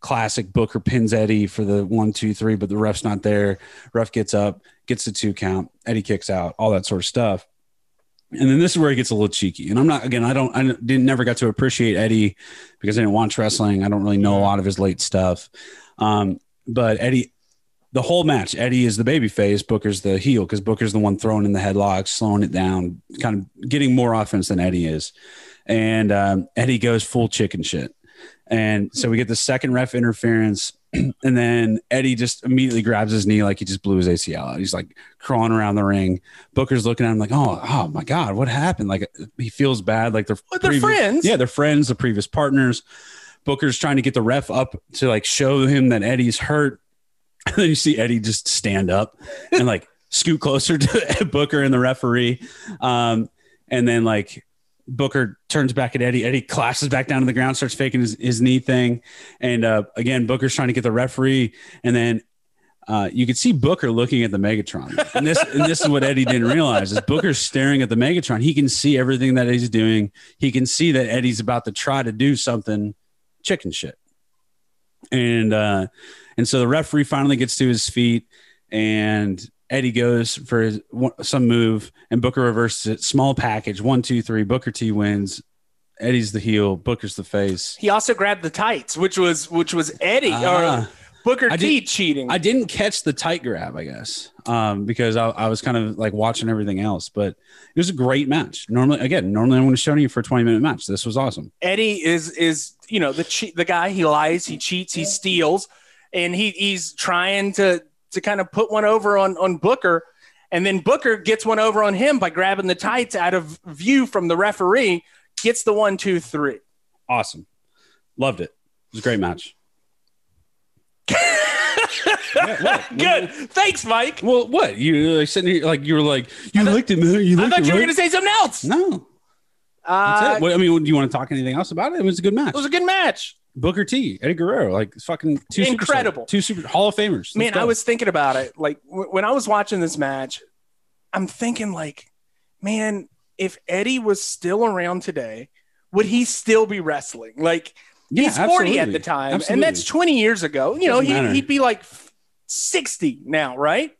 Classic Booker pins Eddie for the one, two, three, but the ref's not there. Ref gets up, gets the two count. Eddie kicks out. All that sort of stuff. And then this is where it gets a little cheeky. And I'm not again. I don't. I didn't never got to appreciate Eddie because I didn't watch wrestling. I don't really know a lot of his late stuff. Um, but Eddie the whole match, Eddie is the baby face, Booker's the heel because Booker's the one throwing in the headlocks, slowing it down, kind of getting more offense than Eddie is. And um, Eddie goes full chicken shit. And so we get the second ref interference. (clears throat) And then Eddie just immediately grabs his knee like he just blew his ACL out. He's like crawling around the ring. Booker's looking at him like, oh, oh my God, what happened? Like he feels bad. Like they're,
But they're friends.
Yeah, they're friends, the previous partners. Booker's trying to get the ref up to like show him that Eddie's hurt. (laughs) And then you see Eddie just stand up and like (laughs) scoot closer to (laughs) Booker and the referee. Um, and then like Booker turns back at Eddie. Eddie clashes back down to the ground, starts faking his, his knee thing. And uh, again, Booker's trying to get the referee. And then uh, you could see Booker looking at the Megatron. And this, and this is what Eddie didn't realize is Booker's staring at the Megatron. He can see everything that Eddie's doing. He can see that Eddie's about to try to do something chicken shit. And uh, and so the referee finally gets to his feet, and Eddie goes for his, one- some move, and Booker reverses it. Small package, one, two, three. Booker T wins. Eddie's the heel. Booker's the face.
he also grabbed the tights, which was which was Eddie
Ah.
or Booker
I
T cheating.
I didn't catch the tight grab, I guess, um, because I, I was kind of like watching everything else. But it was a great match. Normally, again, normally I want to show you for a twenty minute match. This was awesome.
Eddie is is you know the che- the guy he lies, he cheats, he steals, and he he's trying to to kind of put one over on on Booker, and then Booker gets one over on him by grabbing the tights out of view from the referee, gets the one two three.
Awesome, loved it. It was a great match.
(laughs) Good, thanks, Mike.
Well, what you were, like sitting here like you were like you
I thought-
licked it, man. You
I
licked
thought
it,
you were
right?
going to say something else.
No, that's
Uh,
it. What, I mean, do you want to talk anything else about it? It was a good match.
it was a good match.
Booker T, Eddie Guerrero, like fucking two superstars.
Incredible.
two super Hall of Famers. Let's
Man,
go.
I was thinking about it. Like w- when I was watching this match, I'm thinking like, man, if Eddie was still around today, would he still be wrestling? Like
yeah,
he's 40 at
absolutely.
the time,
Absolutely.
and that's 20 years ago. You know,
Doesn't
he,
matter.
he'd be like 60 now, right?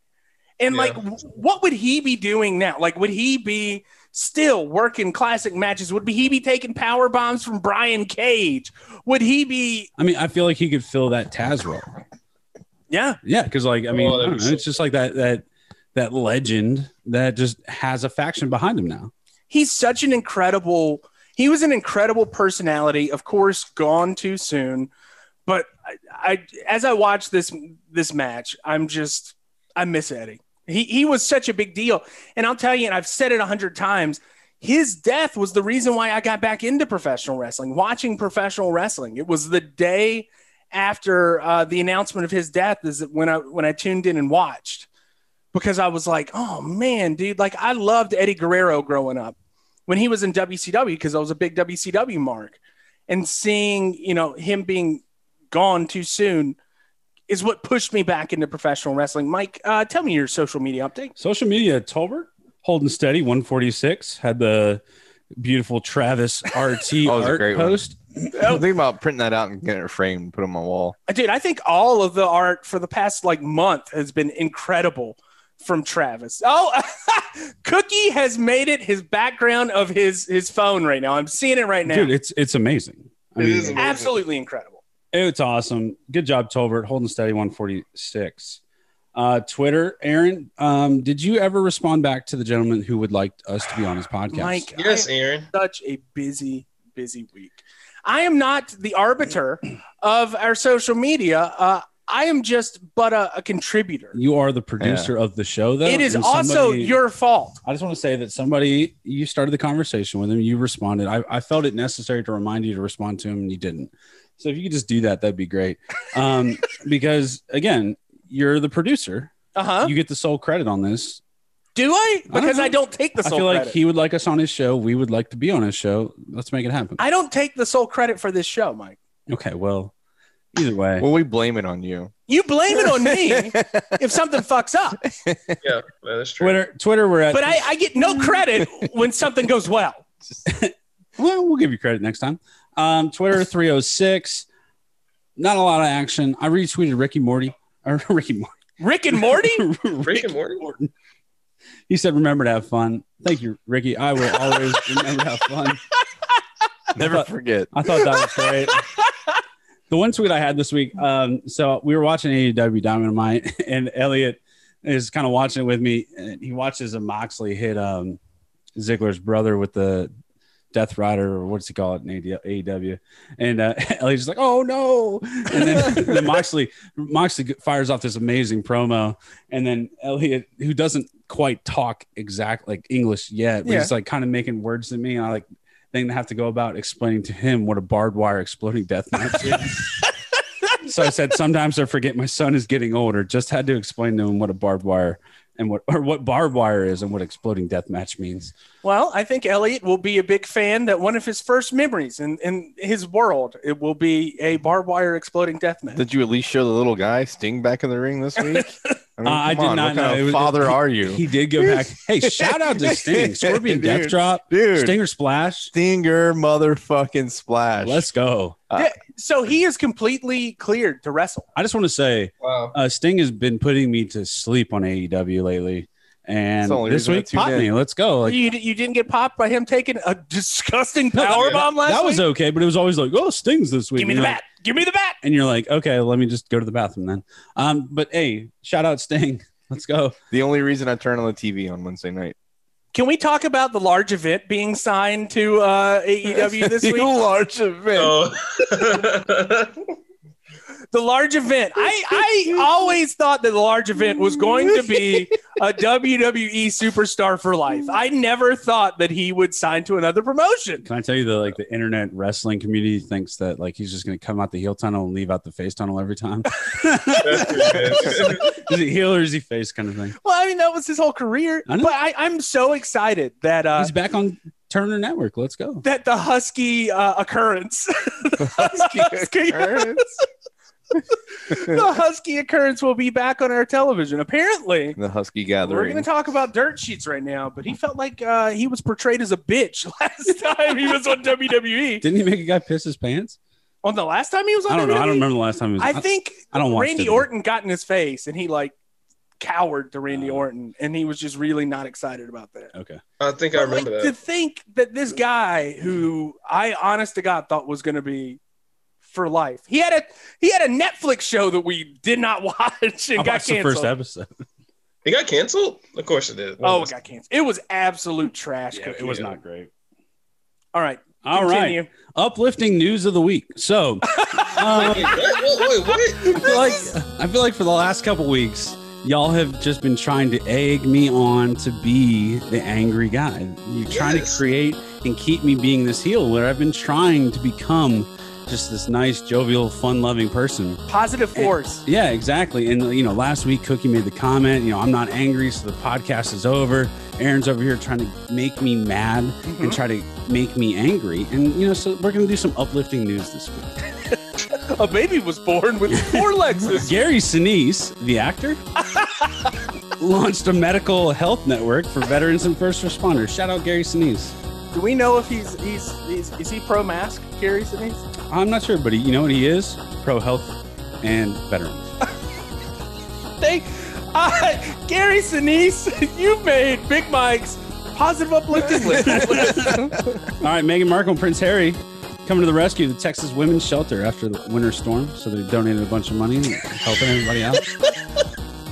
And
Yeah.
like, w- what would he be doing now? Like, would he be still working classic matches? Would he be taking power bombs from Brian Cage? Would he be?
I mean, I feel like he could fill that Taz role.
Yeah,
Yeah, because like I mean,
Oh,
I
that'd
don't
be
know,
so
it's just like that that that legend that just has a faction behind him now.
he's such an incredible he was an incredible personality of course gone too soon but I, I as i watch this this match i'm just i miss eddie he, he was such a big deal and i'll tell you and i've said it a hundred times his death was the reason why i got back into professional wrestling watching professional wrestling it was the day after uh, the announcement of his death is when i when i tuned in and watched because i was like oh man dude like i loved eddie guerrero growing up when he was in WCW because I was a big WCW mark, and seeing you know him being gone too soon is what pushed me back into professional wrestling. Mike, uh, tell me your social media update.
Social media, Tolbert holding steady, 146 had the beautiful
(laughs)
Travis RT
That was a
art
great one.
post.
I'm thinking about printing that out and getting it framed, put it on my wall.
Uh, Dude, I think all of the art for the past like month has been incredible from Travis. Oh, (laughs) Cookie has made it his background of his his phone right now. I'm seeing it right now.
Dude, it's it's amazing. I
It
mean,
is amazing.
Absolutely incredible.
It's awesome. Good job, Tolbert. Holding steady 146. Uh, Twitter, Aaron, um, did you ever respond back to the gentleman who would like us to be on his podcast?
Mike, I
Yes, Aaron.
such a busy, busy week. I am not the arbiter of our social media. Uh, I am just but a, a contributor.
you are the producer of the show, though.
It is
and
also
somebody-
your fault.
I just want to say that somebody you started the conversation with him, you responded. I, I felt it necessary to remind you to respond to him, and you didn't. So if you could just do that, that'd be great.
(laughs)
Um, because again, you're the producer.
Uh huh.
You get the sole credit on this.
Do I? Because
know.
I don't take the
I
sole
feel like
credit.
he would like us on his show. We would like to be on his show. Let's make it happen.
I don't take the sole credit for this show, Mike.
Okay, well, either way,
Well, we blame it on
(laughs)
you.
You blame it on me if something fucks up,
Yeah, that is true.
Twitter, Twitter, we're at.
but I, I get no credit when something goes well.
well, we'll give you credit next time. Um,
(laughs)
Twitter 306. Not a lot of action. I retweeted Ricky Morty or (laughs) Ricky Morty.
Rick and Morty.
Rick and Morty.
He said, "Remember to have fun." Thank you, Ricky. I will always remember to have fun.
(laughs) Never forget.
I thought that was great. the one tweet I had this week. Um, so we were watching AEW Dynamite, (laughs) and Elliot is kind of watching it with me. And he watches a Moxley hit um, Ziggler's brother with the Death Rider, or what's he call it in AD- AEW? And uh, (laughs) Elliot's just like, "Oh no!" And then, (laughs) then Moxley Moxley fires off this amazing promo, and then Elliot, who doesn't quite talk exact like English yet, but
Yeah.
he's like kind of making words to me, and I like thing to have to go about explaining to him what a barbed wire exploding death match is.
(laughs)
so I said, sometimes I forget my son is getting older. Just had to explain to him what a barbed wire and what or what barbed wire is and what exploding death match means.
Well, I think Elliot will be a big fan that one of his first memories in, in his world, it will be a barbed wire exploding death match.
Did you at least show the little guy Sting back in the ring this week? I mean,
Uh, I
come
did
on,
not
what
know.
kind
It
of
was-
father are you,
He did go
(laughs)
back. Hey, shout out to Sting, Scorpion Death
Dude.
Drop,
dude?
Stinger Splash.
Stinger, motherfucking splash.
Let's go.
So he is completely cleared to wrestle.
I just want to say,
Wow.
uh, Sting has been putting me to sleep on AEW lately, and
That's the only
this
reason I
week
tuned
pop
in.
me. Let's go. Like,
you, you didn't get popped by him taking a disgusting
No,
power bomb last
that was
week?
okay, but it was always like, oh, Sting's this week.
Give me
You
the
know,
bat. Give me the bat.
and you're like, okay, let me just go to the bathroom then. Um, but hey, shout out Sting. (laughs) Let's go.
The only reason I turn on the TV on Wednesday night.
Can we talk about the large event being signed to uh,
(laughs)
AEW this
You
week?
large event. (laughs)
(laughs) Oh.
The large event. I, I always thought that the large event was going to be a WWE superstar for life. I never thought that he would sign to another promotion.
(laughs) Can I tell you the like the internet wrestling community thinks that like he's just gonna come out the heel tunnel and leave out the face tunnel
(laughs)
every time?
That's pretty good.
is he heel or is he face kind of thing?
Well, I mean, that was his whole career.
I know.
but I, I'm so excited that uh,
he's back on Turner Network.
(laughs)
Let's go.
that the Husky uh, occurrence, (laughs) the
(laughs)
Husky, the Husky occurrence will be back on our television. Apparently,
the Husky
We're going
Gathering.
to talk about dirt sheets right now, but he felt like uh, he was portrayed as a bitch (laughs) last time he was on WWE.
Didn't he make a guy piss his pants?
On the last time he was on E?
I don't know.
WWE?
I don't remember the last time he was.
I think
I don't watch
Randy
WWE.
Orton got in his face and he like cowered to Randy
Uh-huh.
Orton and he was just really not excited about that.
Okay.
I think I
But, like,
remember
To
that.
think that this guy who I honest to God thought was going to be for life. He had a he had a Netflix show that we did not (laughs) watch and
I
got
watched the
canceled.
first episode.
It got canceled. Of course it did.
Oh, it got canceled. It was absolute trash.
Yeah, it
cookie.
was not great.
All right.
All right.
continue.
Uplifting news of the week. So. um,
Wait, what? Wait, what?
I feel like I feel like for the last couple weeks, y'all have just been trying to egg me on to be the angry guy. You're trying to
Yes.
create and keep me being this heel where I've been trying to become just this nice, jovial, fun-loving person.
Positive force.
Yeah, exactly. And you know, last week Cookie made the comment, you know, I'm not angry, so the podcast is over. Aaron's over here trying to make me mad and try to make me angry. And you know, so we're gonna do some uplifting news this week.
A baby was born
(laughs)
with four legs. This
Gary Sinise, the actor, launched a medical health network for veterans and first responders. Shout out Gary Sinise.
Do we know if he's he's, he's is he pro mask, Gary Sinise?
I'm not sure, but he, you know what he is? Pro health and veterans.
They, uh, Gary Sinise, (laughs) you made Big Mike's positive uplifting list.
All right, Meghan Markle and Prince Harry coming to the rescue of the Texas Women's Shelter after the winter storm. So they donated a bunch of money, helping everybody out.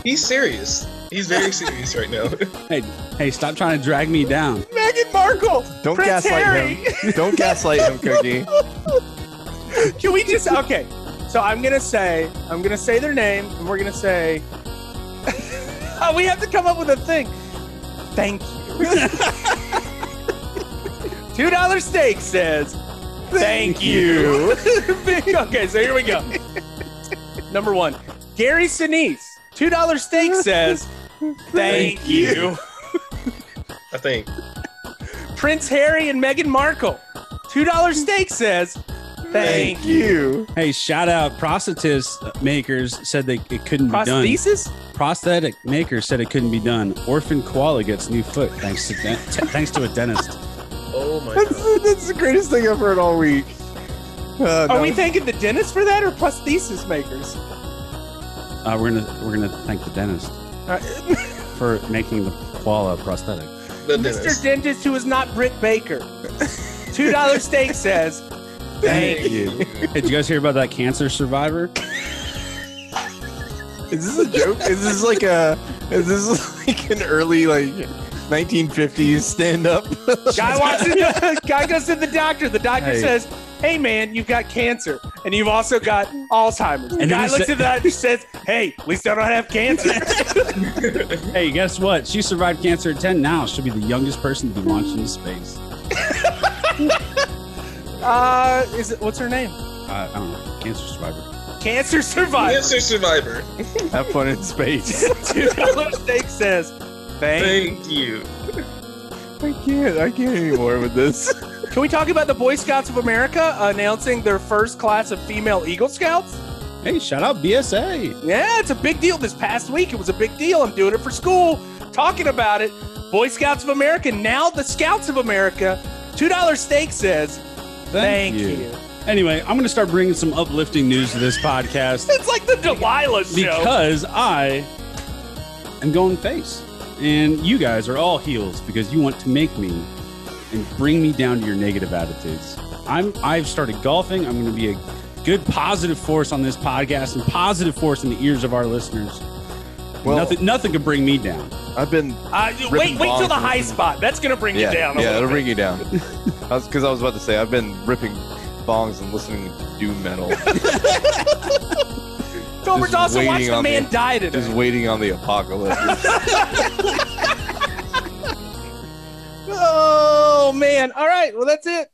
He's serious. He's very serious right now. (laughs)
Hey, hey, stop trying to drag me down.
Meghan Markle,
(laughs) Don't
Prince
gaslight
Harry.
him. Don't gaslight him, Cookie.
Can we just okay? So I'm gonna say I'm gonna say their name, and we're gonna say (laughs) Oh, we have to come up with a thing. Thank you. (laughs) Two dollar steak says thank you. (laughs) okay, so here we go. Number one, Gary Sinise. Two dollar steak says thank you.
I think.
Prince Harry and Meghan Markle. Two dollar steak says Thank
Thank you.
Hey, shout out prosthetists makers said they it couldn't be done.
Prosthesis?
Prosthetic makers said it couldn't be done. Orphan koala gets new foot thanks to de- t- thanks to a dentist.
Oh my
That's,
god.
that's the greatest thing I've heard all week. Uh,
Are
no,
we thanking the dentist for that or prosthesis makers?
Uh, we're gonna we're gonna thank the dentist
Uh, (laughs)
for making the koala prosthetic.
The
Mr.
dentist.
Dentist, who is not Britt
(laughs)
Baker. $2 steak says, thank you.
Hey, did you guys hear about that cancer survivor?
Is this a joke? is this like a? Is this (laughs) like an early like 1950s stand up?
Guy walks in the, (laughs) guy goes to the doctor. The doctor
Hey.
says, "Hey man, you've got cancer, and you've also got Alzheimer's." The
And then
guy
he
looks
sa-
at the doctor and says, "Hey, at least I don't have cancer."
(laughs) Hey, guess what? She survived cancer at 10. Now she'll be the youngest person to be launched into space.
uh, is it what's her name?
Uh, I don't know. Cancer survivor.
Cancer survivor.
Cancer survivor.
Have fun in space.
(laughs)
(laughs)
Two dollar steak says, "Thank."
Thank you.
I can't. I can't anymore with this.
Can we talk about the Boy Scouts of America announcing their first class of female Eagle Scouts?
Hey, shout out BSA.
Yeah, it's a big deal. This past week, it was a big deal. I'm doing it for school, talking about it. Boy Scouts of America, now the Scouts of America. $2 steak says, thank,
Thank,
you.
Anyway, I'm going to start bringing some uplifting news to this podcast
It's like the Delilah show.
because I am going face. And you guys are all heels because you want to make me and bring me down to your negative attitudes. I'm I've started golfing. I'm going to be a good positive force on this podcast and positive force in the ears of our listeners.
Well,
nothing nothing could bring me
(laughs)
down.
I've been.
Uh, wait, wait till
bombs
the
in
high spot. That's going to bring
Yeah,
you down. a
yeah,
little
it'll
bit.
bring you down. That's because I was about to say I've been ripping bongs and listening to doom
(laughs)
metal,
Filmer's
just
also watched
waiting
the
on
man
me.
die today.
just waiting on the (laughs) apocalypse.
Oh, man. All right. Well, that's it.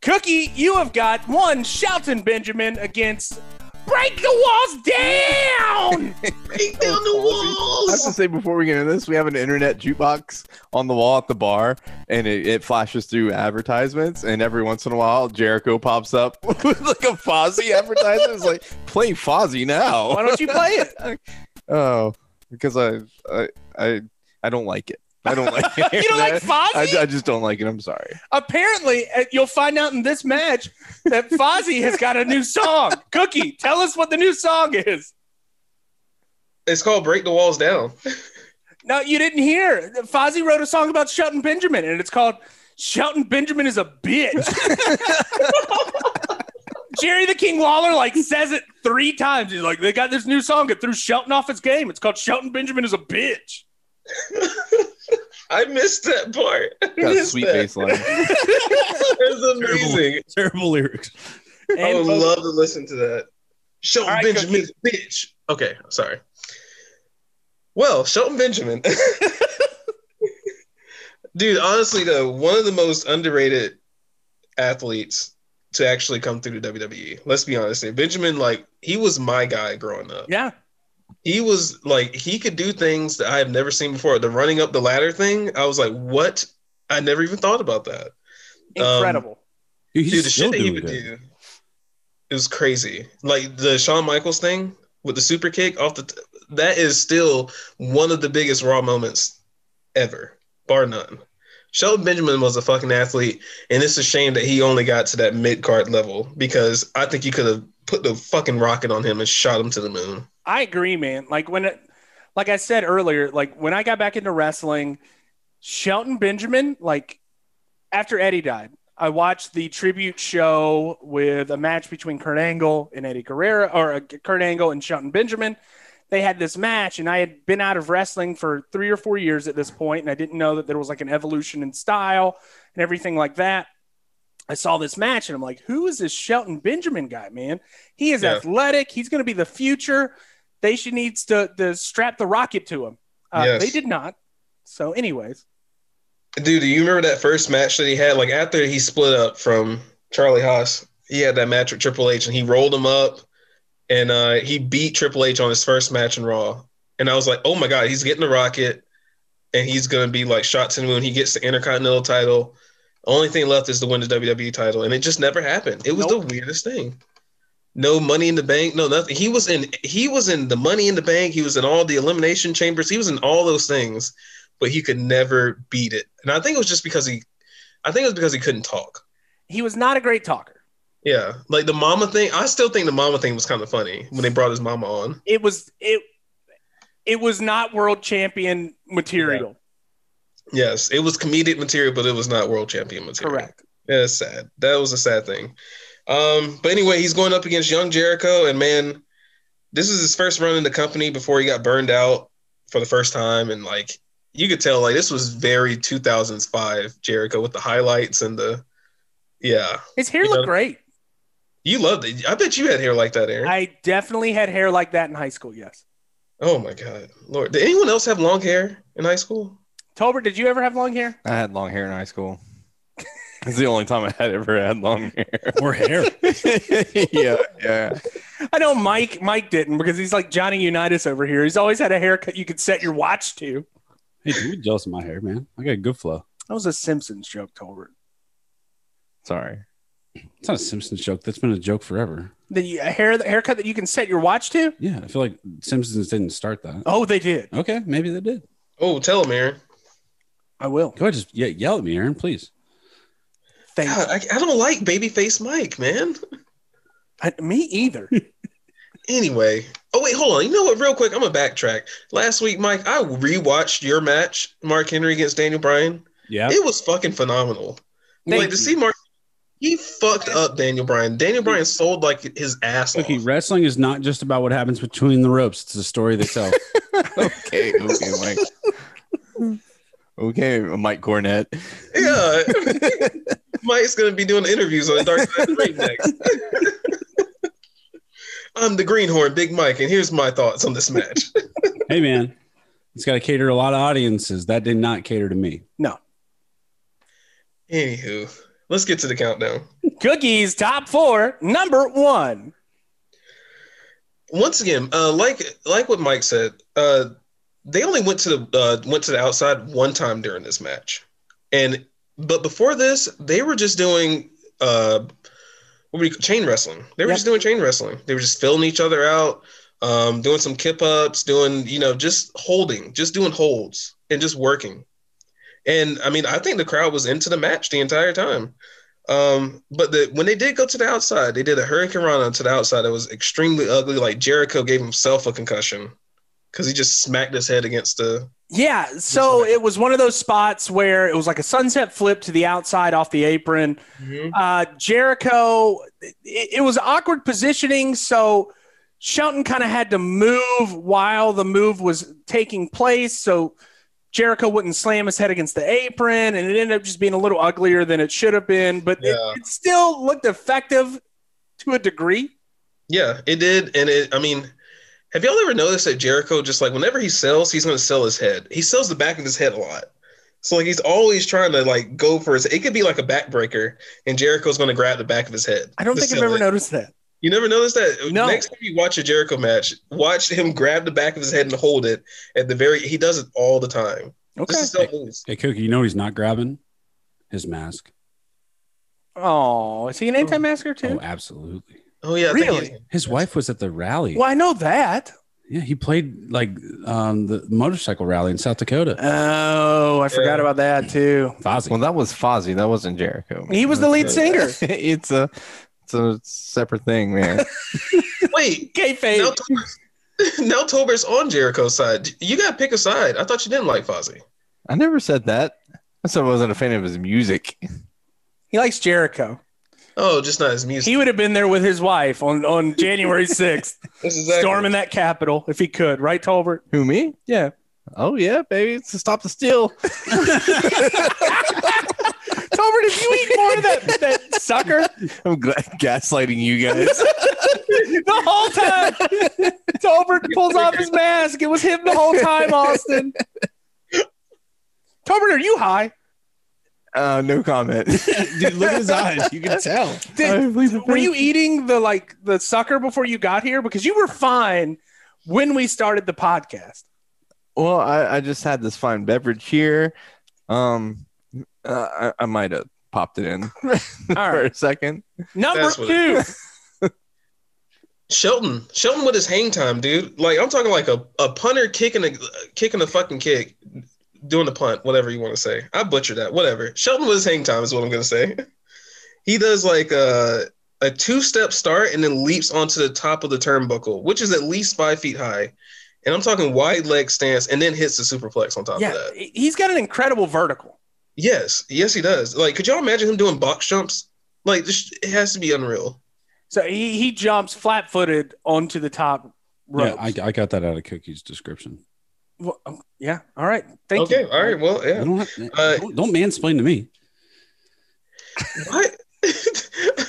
Cookie, you have got one Shelton Benjamin against Break the Walls Down!
Break down the
I have to
walls.
say before we get into this, we have an internet jukebox on the wall at the bar, and it, it flashes through advertisements. And every once in a while, Jericho pops up (laughs) with like
(laughs)
a Fozzy advertisement. It's like play Fozzy now.
Why don't you play it?
(laughs) Oh, because I I I, I don't like it. I don't like
(laughs)
it.
You don't
(laughs)
like Fozzy?
I, I just don't like it. I'm sorry.
Apparently, uh, you'll find out in this match that Fozzy has got a new song. Cookie, tell us what the new song is.
It's called Break the Walls Down.
No, you didn't hear. Fozzy wrote a song about Shelton Benjamin, and it's called Shelton Benjamin is a
(laughs)
bitch. Jerry the King Lawler like says it three times. He's like, they got this new song. It threw Shelton off his game. It's called Shelton Benjamin is a bitch.
I missed that part. (laughs) I
Got a
missed
sweet
that.
bass line.
It's amazing.
Terrible lyrics.
I
And
would love to listen to that. Shelton
All right,
Benjamin's bitch. Okay, sorry. Well, Shelton Benjamin. (laughs) Dude, honestly though, one of the most underrated athletes to actually come through the WWE. Let's be honest here. Benjamin, like, he was my guy growing up.
yeah,
He was like he could do things that I have never seen before. The running up the ladder thing, I was like, what? I never even thought about that. Um,
incredible.
Dude, he's
Dude, the shit
still
that he
doing
would
it.
do, it was crazy. Like the Shawn Michaels thing with the super kick off the, that is still one of the biggest Raw moments ever, bar none. Shelton Benjamin was a fucking athlete, and it's a shame that he only got to that mid card level because I think you could have put the fucking rocket on him and shot him to the moon.
I agree, man. Like when, it, like I said earlier, like when I got back into wrestling, Shelton Benjamin, like after Eddie died, I watched the tribute show with a match between Kurt Angle and Eddie Guerrero, or uh, Kurt Angle and Shelton Benjamin. They had this match, and I had been out of wrestling for three or four years at this point, and I didn't know that there was like an evolution in style and everything like that. I saw this match, and I'm like, who is this Shelton Benjamin guy, man? He is
Yeah.
athletic. He's going to be the future. They should needs to, to strap the rocket to him. Uh,
Yes.
They did not. So, anyways,
Dude, do you remember that first match that he had? Like after he split up from Charlie Haas, he had that match with Triple H and he rolled him up and uh, he beat Triple H on his first match in Raw. And I was like, oh my god, he's getting the rocket, and he's gonna be like shot to the moon. He gets the Intercontinental title. Only thing left is to win the WWE title, and it just never happened. It was the weirdest thing. No money in the bank, no nothing. He was in he was in the money in the bank. He was in all the elimination chambers. He was in all those things, but he could never beat it. And I think it was just because he, I think it was because he couldn't talk.
He was not a great talker.
Yeah, like the mama thing. I still think the mama thing was kind of funny when they brought his mama on.
It was it it was not world champion material.
Yes, it was comedic material, but it was not world champion material.
Correct.
Yeah, it's sad. That was a sad thing. Um, but anyway, he's going up against Young Jericho, and man, this is his first run in the company before he got burned out for the first time, and like you could tell, like this was very 2005 Jericho with the highlights and the yeah.
His hair
You
looked
know-
great.
You loved it. I bet you had hair like that, Aaron.
I definitely had hair like that in high school. Yes.
oh my god, Lord! Did anyone else have long hair in high school?
Tober, did you ever have long hair?
I had long hair in high school. (laughs) It's the only time I had ever had long
(laughs)
hair. (laughs)
(laughs)
Or hair.
yeah, yeah.
I know Mike. Mike didn't because he's like Johnny Unitas over here. He's always had a haircut you could set your watch to.
Hey, dude, you're jealous of my hair, man. I got a good flow.
That was a Simpsons joke, Tolbert.
Sorry. (laughs)
It's not a Simpsons joke. That's been a joke forever.
The hair the haircut that you can set your watch to.
Yeah, I feel like Simpsons didn't start that.
Oh, they did.
Okay, maybe they did.
Oh, tell him, Aaron.
I will.
Go ahead, just yeah, yell at me, Aaron, please.
Thank
God,
(laughs)
I, I don't like babyface Mike, man.
I, me either.
Anyway, oh wait, hold on. You know what? Real quick, I'm gonna backtrack. Last week, Mike, I rewatched your match, Mark Henry against Daniel Bryan.
Yeah.
It was fucking phenomenal.
Thank
like to see Mark, he fucked up Daniel Bryan. Daniel Bryan sold like his ass off.
Okay, wrestling is not just about what happens between the ropes. It's the story they (laughs) tell.
Okay, okay, Mike. okay, Mike Cornett.
Yeah, Mike's gonna be doing interviews on the Dark Side of the Ring next. I'm the Greenhorn, Big Mike, and here's my thoughts on this match.
hey, man, it's got to cater to a lot of audiences. That did not cater to me.
Anywho, let's get to the countdown.
Cookies top four number one.
once again, uh, like like what Mike said, uh, they only went to the uh, went to the outside one time during this match, and but before this, they were just doing uh, what we chain wrestling. They were
Yep.
just doing chain wrestling. They were just filling each other out, um, doing some kip ups, doing you know just holding, just doing holds and just working. And I mean, I think the crowd was into the match the entire time. Um, but the, when they did go to the outside, they did a hurricane run to the outside. It was extremely ugly. Like Jericho gave himself a concussion because he just smacked his head against the.
Yeah, so
Yes,
it was one of those spots where it was like a sunset flip to the outside off the apron. Uh, Jericho, it, it was awkward positioning, so Shelton kind of had to move while the move was taking place, so Jericho wouldn't slam his head against the apron, and it ended up just being a little uglier than it should have been, but
Yeah.
it, it still looked effective to a degree.
Yeah, it did, and it. I mean, have y'all ever noticed that Jericho just like whenever he sells, he's going to sell his head. He sells the back of his head a lot, so like he's always trying to like go for his. It could be like a backbreaker, and Jericho's going to grab the back of his head.
I don't
to
think I've
sell
ever
it.
noticed that.
You never noticed that?
No.
Next time you watch a Jericho match, watch him grab the back of his head and hold it at the very. He does it all the time.
Okay.
Just to sell moves.
Hey, Cookie, you know what he's not grabbing? His mask.
Oh, is he an anti-masker too?
Oh, absolutely.
Oh yeah, I think
Really?
he's-
His wife was at the rally.
Well, I know that.
Yeah, he played like um, the motorcycle rally in South Dakota.
Oh, I forgot
Yeah.
about that too.
Fozzie.
Well, that was Fozzy. That wasn't Jericho.
He was the lead singer.
(laughs) it's a it's a separate thing, man.
Wait, now,
Kayfabe.
(laughs) Tolbert's, now Tolbert's on Jericho's side. You gotta pick a side. I thought you didn't like Fozzy.
I never said that. I said I wasn't a fan of his music.
He likes Jericho.
Oh, just not his music.
He would have been there with his wife on, on
(laughs)
January 6th,
That's exactly-
storming that Capitol if he could, right, Tolbert?
Who me?
Yeah.
Oh yeah, baby. It's a stop the steal.
Tolbert, if you eat more of that, that sucker
I'm glad gaslighting you guys.
the whole time, Tolbert pulls off his mask. It was him the whole time, Austin. Tolbert, are you high?
Uh, no comment.
(laughs) (laughs) Dude, look at his eyes. You
(laughs)
can tell.
Did, were you eating the like the sucker before you got here? Because you were fine when we started the podcast.
Well, I, I just had this fine beverage here. Um, uh, I, I might have popped
(laughs)
it in
All
for
right,
a second.
number
That's what
two.
Shelton, Shelton with his hang time, dude. Like I'm talking like a, a punter kicking a kicking a fucking kick, doing the punt, whatever you want to say. I butchered that, whatever. Shelton with his hang time is what I'm gonna say. (laughs) He does like a a two step start and then leaps onto the top of the turnbuckle, which is at least five feet high. And I'm talking wide leg stance, and then hits the superplex on top of
Yeah,
that.
he- he's got an incredible vertical.
Yes, yes, he does. Like, could y'all imagine him doing box jumps? Like, this, it has to be unreal.
So he, he jumps flat footed onto the top
(laughs) Yeah,
rope.
I, I got that out of Cookie's description.
um, yeah. All right. Thank
okay,
you.
all right, well, yeah.
You don't, have-
Uh,
don't, don't mansplain to me.
What? (laughs)
(laughs)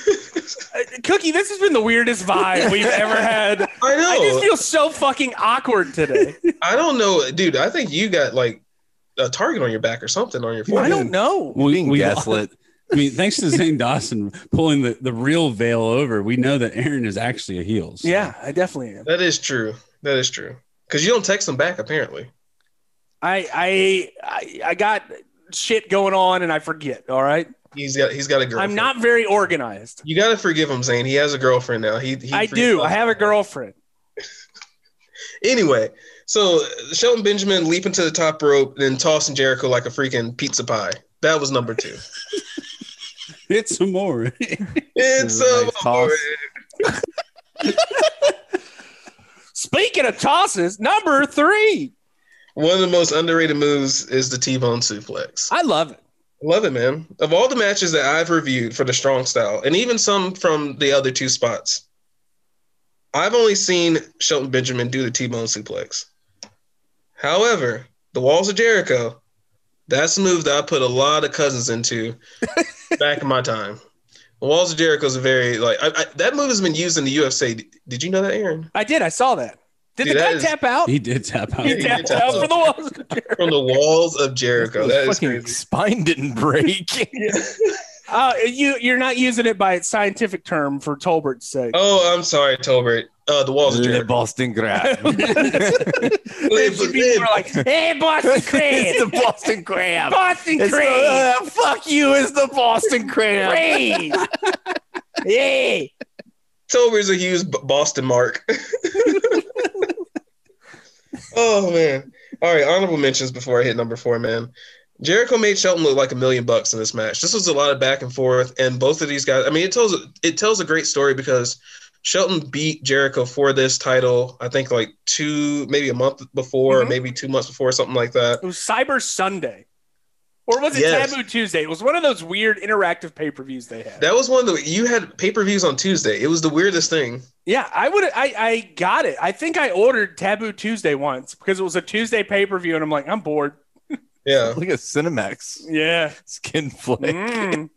Uh, Cookie, this has been the weirdest vibe we've ever had.
I know.
I just feel so fucking awkward today.
I don't know, dude. I think you got like a target on your back or something on your
I
forehead.
don't know.
We,
Being
we-
gaslit.
I mean, thanks to Zane Dawson pulling the, the real veil over, we know that Aaron is actually a heel. so-
Yeah, I definitely am.
That is true. That is true. Because you don't text them back apparently.
I I I, I got shit going on and I forget. All right.
He's got he's got a girlfriend.
I'm not very organized.
You gotta forgive him, Zane. He has a girlfriend now. He, he
I do. I have a girlfriend.
Anyway, so Shelton Benjamin leaping to the top rope, then tossing Jericho like a freaking pizza pie. That was number two.
(laughs) It's some more.
it's
This is
so
a nice toss.
Speaking of tosses, number three.
one of the most underrated moves is the T-bone suplex.
I love it.
Love it, man. Of all the matches that I've reviewed for the strong style, and even some from the other two spots, I've only seen Shelton Benjamin do the T-bone suplex. However, the walls of Jericho, that's a move that I put a lot of cousins
(laughs)
into back in my time. The walls of Jericho is a very like I, I, that move has been used in the UFC. Did you know that, Aaron?
I did. I saw that. Did
Dude,
the
that
guy
is-
tap out?
he did
(laughs)
tap out.
Oh. He
did
tapped
tap
out
out.
for the walls. of Jericho.
From the walls of Jericho, that is
His fucking
crazy.
spine didn't break.
(laughs)
Uh, you you're not using it by its scientific term for Tolbert's sake.
Oh, I'm sorry, Tolbert. Uh, the walls of
Le
Jericho.
(laughs)
Boston grab.
it should be more like, hey,
(laughs)
Boston
it's
Crab,
the Boston grab.
Boston
It's the-
Crab,
uh, fuck you! It's the Boston crab.
Crab. Hey,
Tober's a huge B- Boston mark. (laughs) oh man! All right, honorable mentions before I hit number four, man. Jericho made Shelton look like a million bucks in this match. This was a lot of back and forth, and both of these guys. I mean, it tells it tells a great story because Shelton beat Jericho for this title. I think like two, maybe a month before, or
Mhm.
maybe two months before, something like that.
it was Cyber Sunday, or was it
Yes.
Taboo Tuesday? It was one of those weird interactive pay per views they had.
That was one of the you had pay per views on Tuesday. It was the weirdest thing.
yeah, I would. I I got it. I think I ordered Taboo Tuesday once because it was a Tuesday pay per view, and I'm like, I'm bored.
Yeah,
Look at Cinemax
Yeah.
skin flick.
Mm.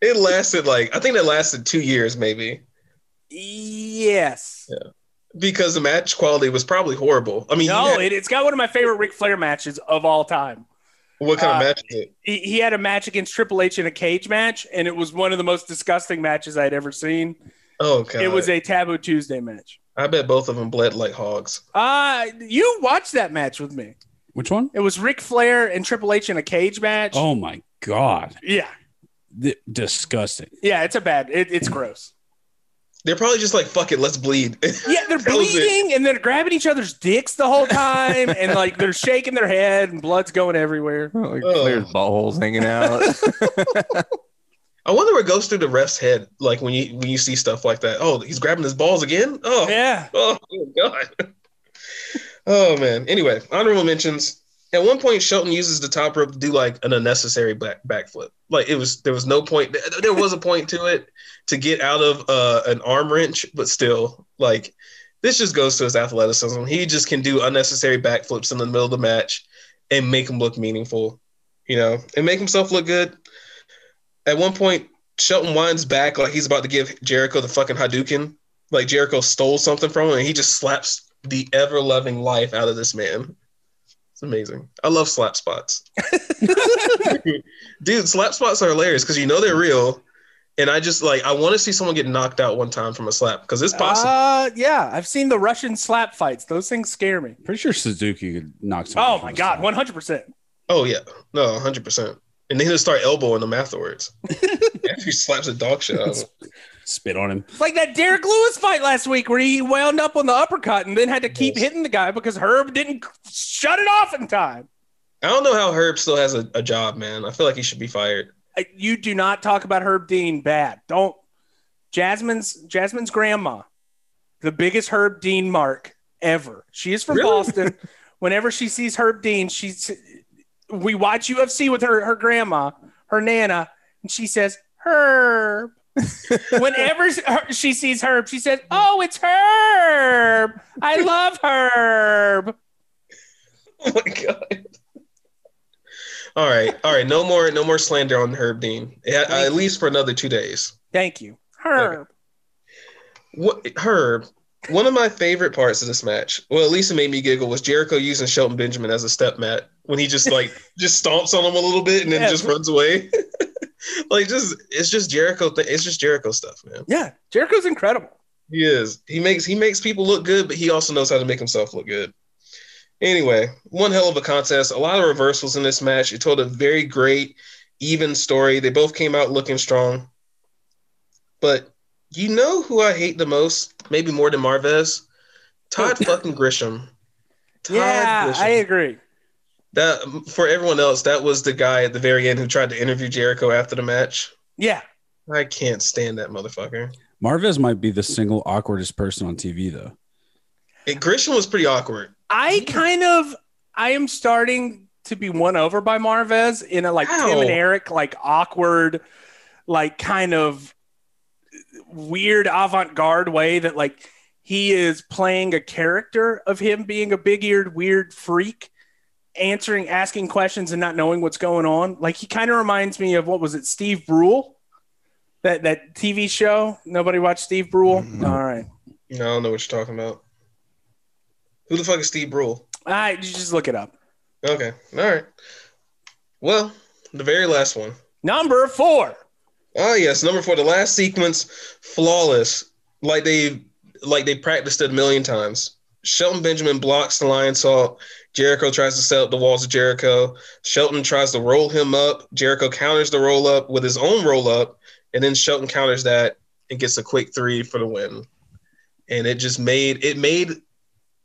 it lasted like I think it lasted two years, maybe.
Yes.
because the match quality was probably horrible. I mean, you
No,
had-
it, it's got one of my favorite Ric Flair matches of all time.
what kind
uh,
of match is it?
he, he had a match against Triple H in a cage match, and it was one of the most disgusting matches I had ever seen.
Oh god,
It was a Taboo Tuesday match.
I bet both of them bled like hogs.
Uh, you watched that match with me.
Which one?
It was Ric Flair and Triple H in a cage match.
Oh my God.
Yeah.
Th- disgusting.
Yeah, it's a bad, it, it's gross.
They're probably just like, fuck it, let's bleed. (laughs)
Yeah, they're
That was it.
bleeding and they're grabbing each other's dicks the whole time,
(laughs)
and like they're shaking their head and blood's going everywhere.
(laughs) Like
Oh.
Flair's buttholes hanging out. (laughs)
I wonder what goes through the ref's head, like when you when you see stuff like that. Oh, he's grabbing his balls again. Oh,
Yeah.
oh, oh, god. (laughs) oh man. Anyway, honorable mentions. At one point, Shelton uses the top rope to do like an unnecessary back backflip. Like it was, there was no point. th- There was a point to it to get out of uh, an arm wrench, but still, like this just goes to his athleticism. He just can do unnecessary backflips in the middle of the match and make him look meaningful, you know, and make himself look good. At one point, Shelton winds back like he's about to give Jericho the fucking Hadouken. Like Jericho stole something from him, and he just slaps the ever loving life out of this man. It's amazing. I love slap spots. Dude, slap spots are hilarious because you know they're real. And I just like I want to see someone get knocked out one time from a slap because it's possible.
Uh, yeah, I've seen the Russian slap fights. Those things scare me.
Pretty sure Suzuki could knock someone.
Oh
out
my
with
god,
that.
one hundred percent.
oh yeah. No, hundred percent. And then he'll start elbowing them afterwards. After he slaps a dog
Oh.
shit out of him.
spit on him.
Like that Derek Lewis fight last week where he wound up on the uppercut and then had to keep
Yes.
hitting the guy because Herb didn't shut it off in time.
I don't know how Herb still has a, a job, man. I feel like he should be fired. (laughs)
I- You do not talk about Herb Dean bad. Don't. Jasmine's Jasmine's grandma, the biggest Herb Dean mark ever. She is from
Really?
(laughs) Boston. Whenever she sees Herb Dean, she's we watch UFC with her her grandma, her nana, and she says (laughs) Herb. Whenever s- her- she sees Herb, she says, "Oh, it's Herb. I love Herb."
Oh my god. All right, all right. No more, no more slander on Herb Dean. Yeah, at least for another two days.
Thank you, Herb.
What Herb? One of my favorite parts of this match, well, at least it made me giggle, was Jericho using Shelton Benjamin as a step mat when he just like just stomps on him a little bit and then
Yeah.
just runs away. (laughs) like just it's just Jericho. Th- it's just Jericho stuff, man.
Yeah, Jericho's incredible.
He is. He makes he makes people look good, but he also knows how to make himself look good. Anyway, one hell of a contest. A lot of reversals in this match. It told a very great, even story. They both came out looking strong. But you know who I hate the most? Maybe more than Marvez? Todd fucking Grisham.
(laughs)
Todd
yeah, I agree.
that for everyone else, that was the guy at the very end who tried to interview Jericho after the match.
Yeah,
I can't stand that motherfucker.
Marvez might be the single awkwardest person on TV though.
And Grisham was pretty awkward.
I kind of I am starting to be won over by Marvez in a like Tim
How?
and Eric like awkward like kind of weird avant-garde way that like he is playing a character of him being a big-eared weird freak answering asking questions and not knowing what's going on like he kind of reminds me of what was it Steve Brule that that TV show nobody watched Steve Brule
No.
all right
No, I don't know what you're talking about. Who the fuck is Steve Brule?
all right you just look it up
Okay, all right. Well, the very last one.
number 4
Oh yes, number four. The last sequence, flawless, like they like they practiced it a million times. Shelton Benjamin blocks the lion salt. Jericho tries to set up the walls of Jericho. Shelton tries to roll him up. Jericho counters the roll up with his own roll up, and then Shelton counters that and gets a quick three for the win. And it just made it made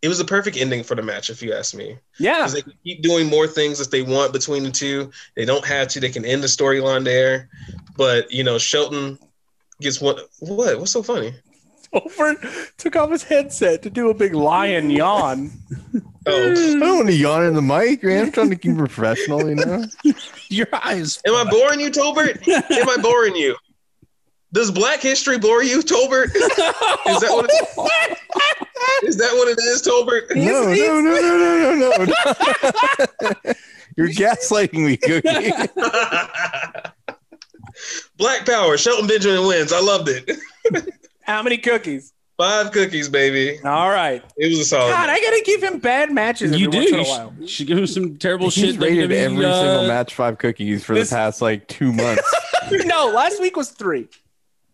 it was the perfect ending for the match, if you ask me.
yeah
Because they can keep doing more things if they want between the two. They don't have to. They can end the storyline there. But you know, Shelton gets one. What? What's so funny?
(laughs) over took off his headset to do a big lion yawn. (laughs) Hmm.
Oh,
I don't want to yawn in the mic, man. I'm trying to keep it professional, you know.
Your eyes.
am I boring you, Tolbert? Am I boring you? Does Black History bore you,
(laughs)
Tolbert? Is that what it
(laughs)
is? Is that what it is, Tolbert? (laughs)
No, no, no, no, no, no, no. You're gaslighting me, Cookie.
Black Power. Shelton Benjamin wins. I loved it.
How many cookies?
Five cookies, baby.
All right.
It was a solid.
God, I gotta give him bad matches every
Oh, You do.
once in
You
a while.
should, should give him some terrible
He's
shit.
rated
WWE,
every
uh,
single match five cookies for
this-
the past like two months.
(laughs) no, last week was three.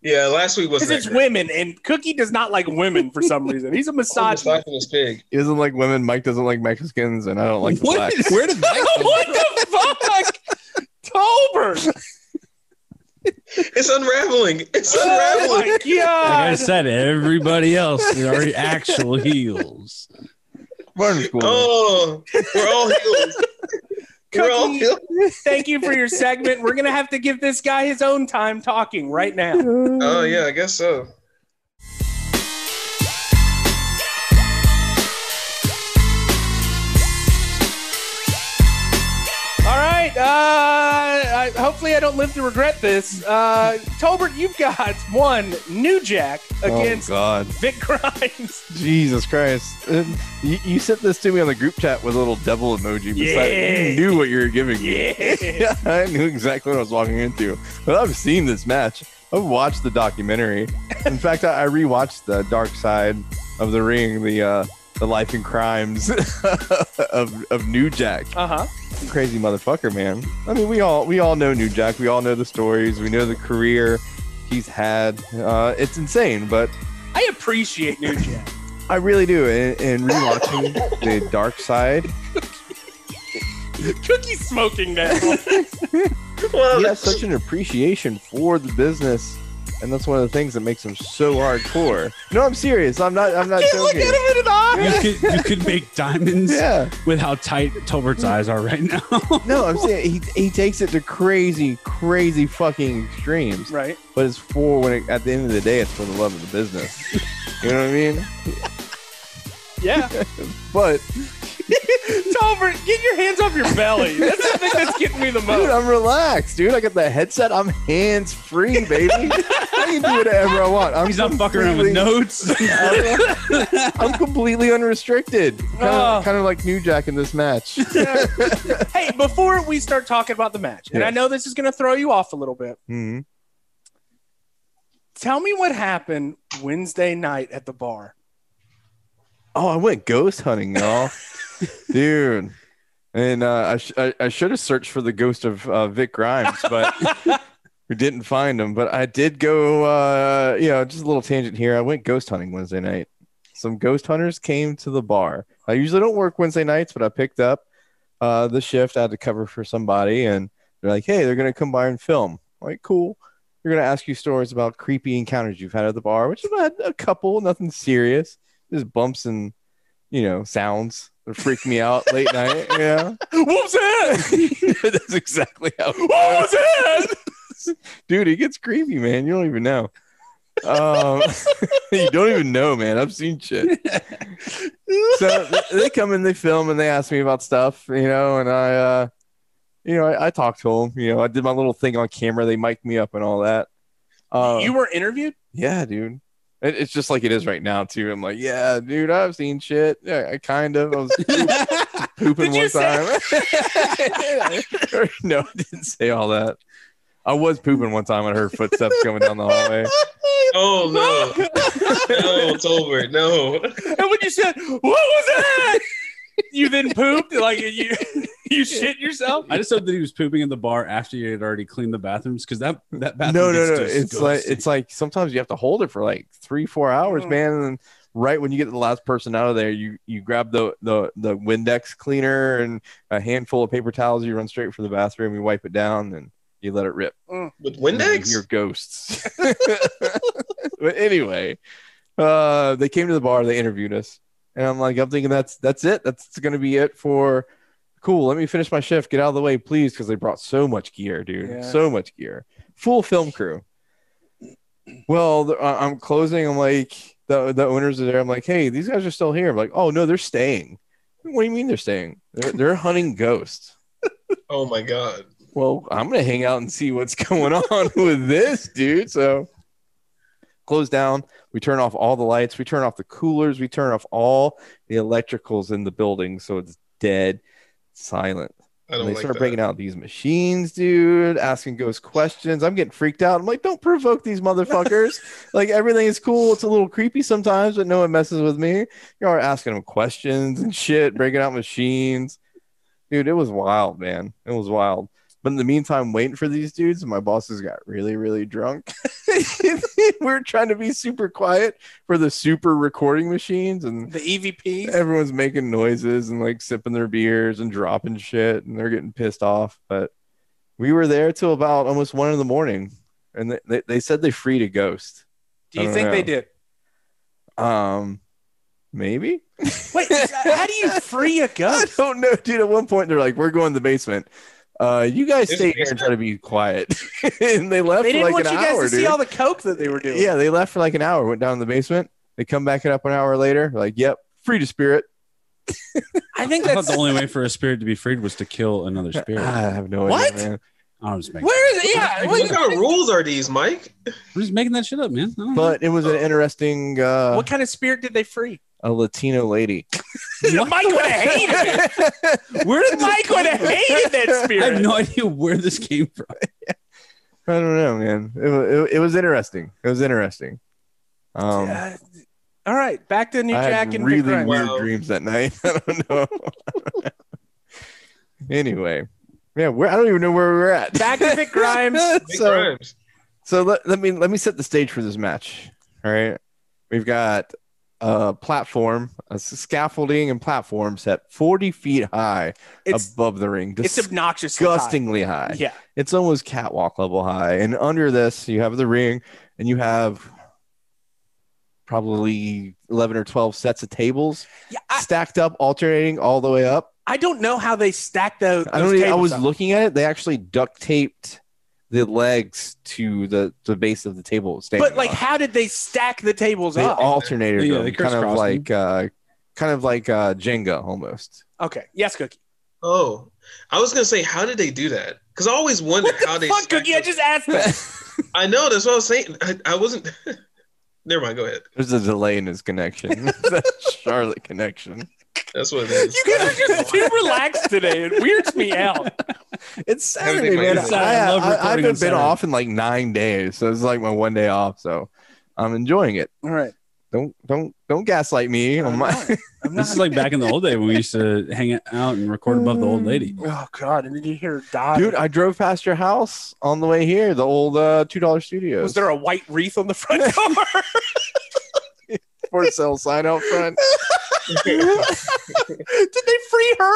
yeah, last week was
Because it's women, and Cookie does not like women for some reason. He's a misogynist.
pig.
He doesn't like women. Mike doesn't like Mexicans, and I don't like the
What
black.
is- where
(laughs)
did that come
what the fuck? Tober.
(laughs)
It's unraveling.
(laughs)
It's
Oh
unraveling.
my
Like I
god.
said, everybody else is
(laughs)
already actual heels.
Barnes School.
Oh, we're all
(laughs)
healed. we're all
Cookie,
healed.
thank you for your segment. We're gonna have to give this guy his own time talking right now.
Oh yeah, I guess so.
All right. Uh, I, hopefully, I don't live to regret this. Uh, Tolbert, you've got one New Jack against
oh God,
Vic Grimes.
Jesus Christ! And you, you sent this to me on the group chat with a little devil emoji. Beside
Yeah.
you knew what you were giving me.
(laughs) Yeah.
(laughs) Yeah, I knew exactly what I was walking into. But I've seen this match. I've watched the documentary. In fact, I, I rewatched the Dark Side of the Ring, the uh, the life and crimes (laughs) of, of New Jack.
Uh huh.
Crazy motherfucker, man. I mean, we all we all know New Jack. We all know the stories. We know the career he's had. Uh, it's insane, but
I appreciate New (laughs) Jack.
I really do. And, and rewatching the Dark Side,
Cookie's smoking (laughs) now.
Well,
he
(laughs)
has such an appreciation for the business, and that's one of the things that makes him so hardcore. No, I'm serious. I'm not. I'm not
Can't look
joking.
at him in the
You
eye.
could, you could make diamonds
Yeah.
with how tight Tolbert's eyes are right now. (laughs)
No, I'm saying he, he takes it to crazy, crazy fucking extremes.
Right.
But it's for when it, at the end of the day, it's for the love of the business. You know what I mean?
(laughs) Yeah.
But
Tolbert, get your hands off your belly. That's the thing that's getting (laughs) me the
dude,
most.
I'm relaxed, dude. I got the headset. I'm hands
(laughs)
free, baby. I can do whatever I want. I'm
He's not fucking around with
completely-
(laughs) notes.
(laughs) I'm completely unrestricted. Kind
Oh.
of, kind of like New Jack in this match. (laughs)
hey, before we start talking about the match, and I
Yes.
know this is going to throw you off a little bit.
hmm
Tell me what happened Wednesday night at the (laughs) bar.
Oh, I went ghost hunting, y'all, dude. And uh, I, sh- I I should have searched for the ghost of uh, Vic Grimes, but we didn't find him. But I did go, uh, you know, just a little tangent here. I went ghost hunting Wednesday night. Some ghost hunters came to the bar. I usually don't work Wednesday nights, but I picked up uh, the shift. I had to cover for somebody, and they're like, "Hey, they're gonna come by and film." All right, cool. They're gonna ask you stories about creepy encounters you've had at the bar, which I've had a couple, nothing serious just bumps and you know sounds that freak me out late night. Yeah,
What was that?
(laughs) that's exactly how.
What was that?
(laughs) Dude, it gets creepy, man. You don't even know. Um, (laughs) you don't even know, man. I've seen shit. So they come and they film and they ask me about stuff, you know, and I, uh, you know, I, I talk to them. You know, I did my little thing on camera. They mic'd me up and all that. Uh,
you were interviewed?
Yeah, dude. It, it's just like it is right now too. I'm like, yeah, dude, I've seen shit. Yeah, I kind of.
(laughs)
I was pooping
Did you
one
say-
time. (laughs) no, I didn't say all that. I was pooping one time. I heard footsteps coming down
(laughs)
the hallway.
oh no, no, it's over. No,
And when you said, "What was that?" you then pooped like you you shit yourself.
I just hope that he was pooping in the bar after you had already cleaned the bathrooms because that that
No,
bathroom.
no, no.
gets
It's like
disgusting.
it's like sometimes you have to hold it for like three, four hours,
Mm.
man. And then right when you get the last person out of there, you you grab the the the Windex cleaner and a handful of paper towels. You run straight for the bathroom. You wipe it down and you let it rip.
with
Your
Windex.
ghosts. (laughs) but anyway, uh, they came to the bar. They interviewed us, and I'm like, I'm thinking that's that's it. That's gonna be it for. Cool. Let me finish my shift. Get out of the way, please, because they brought so much gear, dude.
Yeah.
So much gear. Full film crew. Well, th- I- I'm closing. I'm like, the the owners are there. I'm like, hey, these guys are still here. I'm like, oh no, they're staying. What do you mean they're staying? They're, they're hunting ghosts
Oh my god.
well, I'm gonna hang out and see what's (laughs) going on with this dude. So close down. We turn off all the lights. We turn off the coolers. We turn off all the electricals in the building, so it's dead silent.
I
And
don't
they
like
start
that.
breaking out these machines, dude, asking ghost questions. I'm getting freaked out. I'm like, don't provoke these
(laughs)
motherfuckers. like everything is cool. It's a little creepy sometimes, but no one messes with me. You are asking them questions and shit, breaking out machines. Dude, it was wild, man. It was wild. But in the meantime, waiting for these dudes, my bosses got really, really drunk. (laughs) we were trying to be super quiet for the super recording machines and
The EVPs.
everyone's making noises and like sipping their beers and dropping shit and they're getting pissed off but we were there till about almost one in the morning and they, they, they said they freed a ghost
Do
I
you
don't
think they
know.
did?
um maybe (laughs)
Wait, how do you free a
i
ghost?
don't know dude at one point they're like we're going to the basement uh you guys
There's a
stay here and try to be quiet (laughs) and they left
They
for
didn't
like
want
an
you guys
hour
to
dude.
see all the coke that they were doing.
Yeah, they left for like an hour, went down in the basement. They come back up an hour later, like, yep, free to spirit.
I think
I thought
(laughs)
that's
the only way for a spirit to be freed was to kill another
I
spirit.
have no
What?
idea. Man.
I'm just
(laughs)
making,
where is it? Yeah,
(laughs)
Like,
what,
what
Uh,
kind of rules are these, Mike?
I'm just making that shit up, man. I don't
But it was an interesting uh
what kind of spirit did they free?
(laughs) a Latino lady. (laughs)
know.
Mike (laughs) would have hated it.
Where did
Mike
(laughs)
would have hated that
(laughs) I
spirit.
have no idea where this came from.
I don't know, man. It, wa- it, it was interesting. It was interesting. Um,
Uh, All right, back to New
I
Jack
had
and
really
Big Run.
weird
Wow.
dreams that night. (laughs) I don't know. anyway, yeah, where I don't even know where we're at.
Back to Vic
(laughs)
Grimes.
Big
so,
Grimes.
so let, let me let me set the stage for this match. All right, we've got a platform, a s- scaffolding and platform set forty feet high
It's
above the ring.
it's obnoxious.
disgustingly high.
Yeah.
It's almost catwalk level high, and under this you have the ring, and you have probably eleven or twelve sets of tables
yeah I,
stacked up, alternating all the way up.
I don't know how they stack those.
I don't.
those
Even, I
tables
was
up.
looking at it. They actually duct taped the legs to the the base of the table. it's standing
But like,
on.
how did they stack the tables
they
up?
alternated
Yeah,
them,
they
kind of
crisscrossed
like uh, kind of like uh, Jenga almost.
okay. Yes, Cookie.
Oh, I was gonna say, how did they do that? Because I always wonder
What the
how they.
(laughs) fuck,
stack
Cookie? I
those-
just asked that.
I know that's what I was saying. I, I wasn't. (laughs) Never mind. Go ahead.
There's a delay in his connection. (laughs) the Charlotte connection.
That's what it is.
You guys are just (laughs) too relaxed today. It weirds me out.
It's Saturday,
Everything
man.
like
that.
I,
I love
I, I
recording
haven't
on
been
Saturday.
off in like nine days, so it's like my one day off. So I'm enjoying it.
All right.
Don't don't don't gaslight me on my.
I'm
This is like back in the old day when we used to hang out and record above the old lady.
Oh God! And then you hear die.
(laughs) Dude, I drove past your house on the way here, the old uh, two dollar studio.
was there a white wreath on the
(laughs)
front door?
for sale sign out (laughs) front?
Did they free her?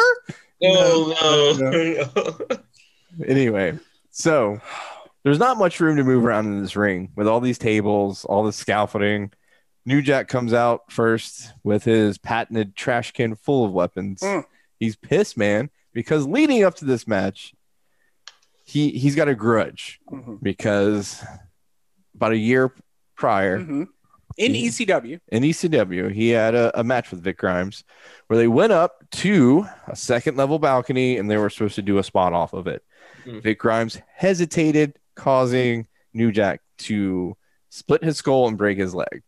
oh (laughs) (laughs) no.
Anyway, so there's not much room to move around in this ring with all these tables, all the scaffolding. New Jack comes out first with his patented trash can full of weapons.
Mm.
He's pissed, man, because leading up to this match, he he's got a grudge
Mm-hmm.
because about a year prior,
Mhm. In
Yeah.
ECW.
in ECW, he had a, a match with Vic Grimes where they went up to a second level balcony and they were supposed to do a spot off of it.
Mhm.
Vic Grimes hesitated, causing New Jack to split his skull and break his leg.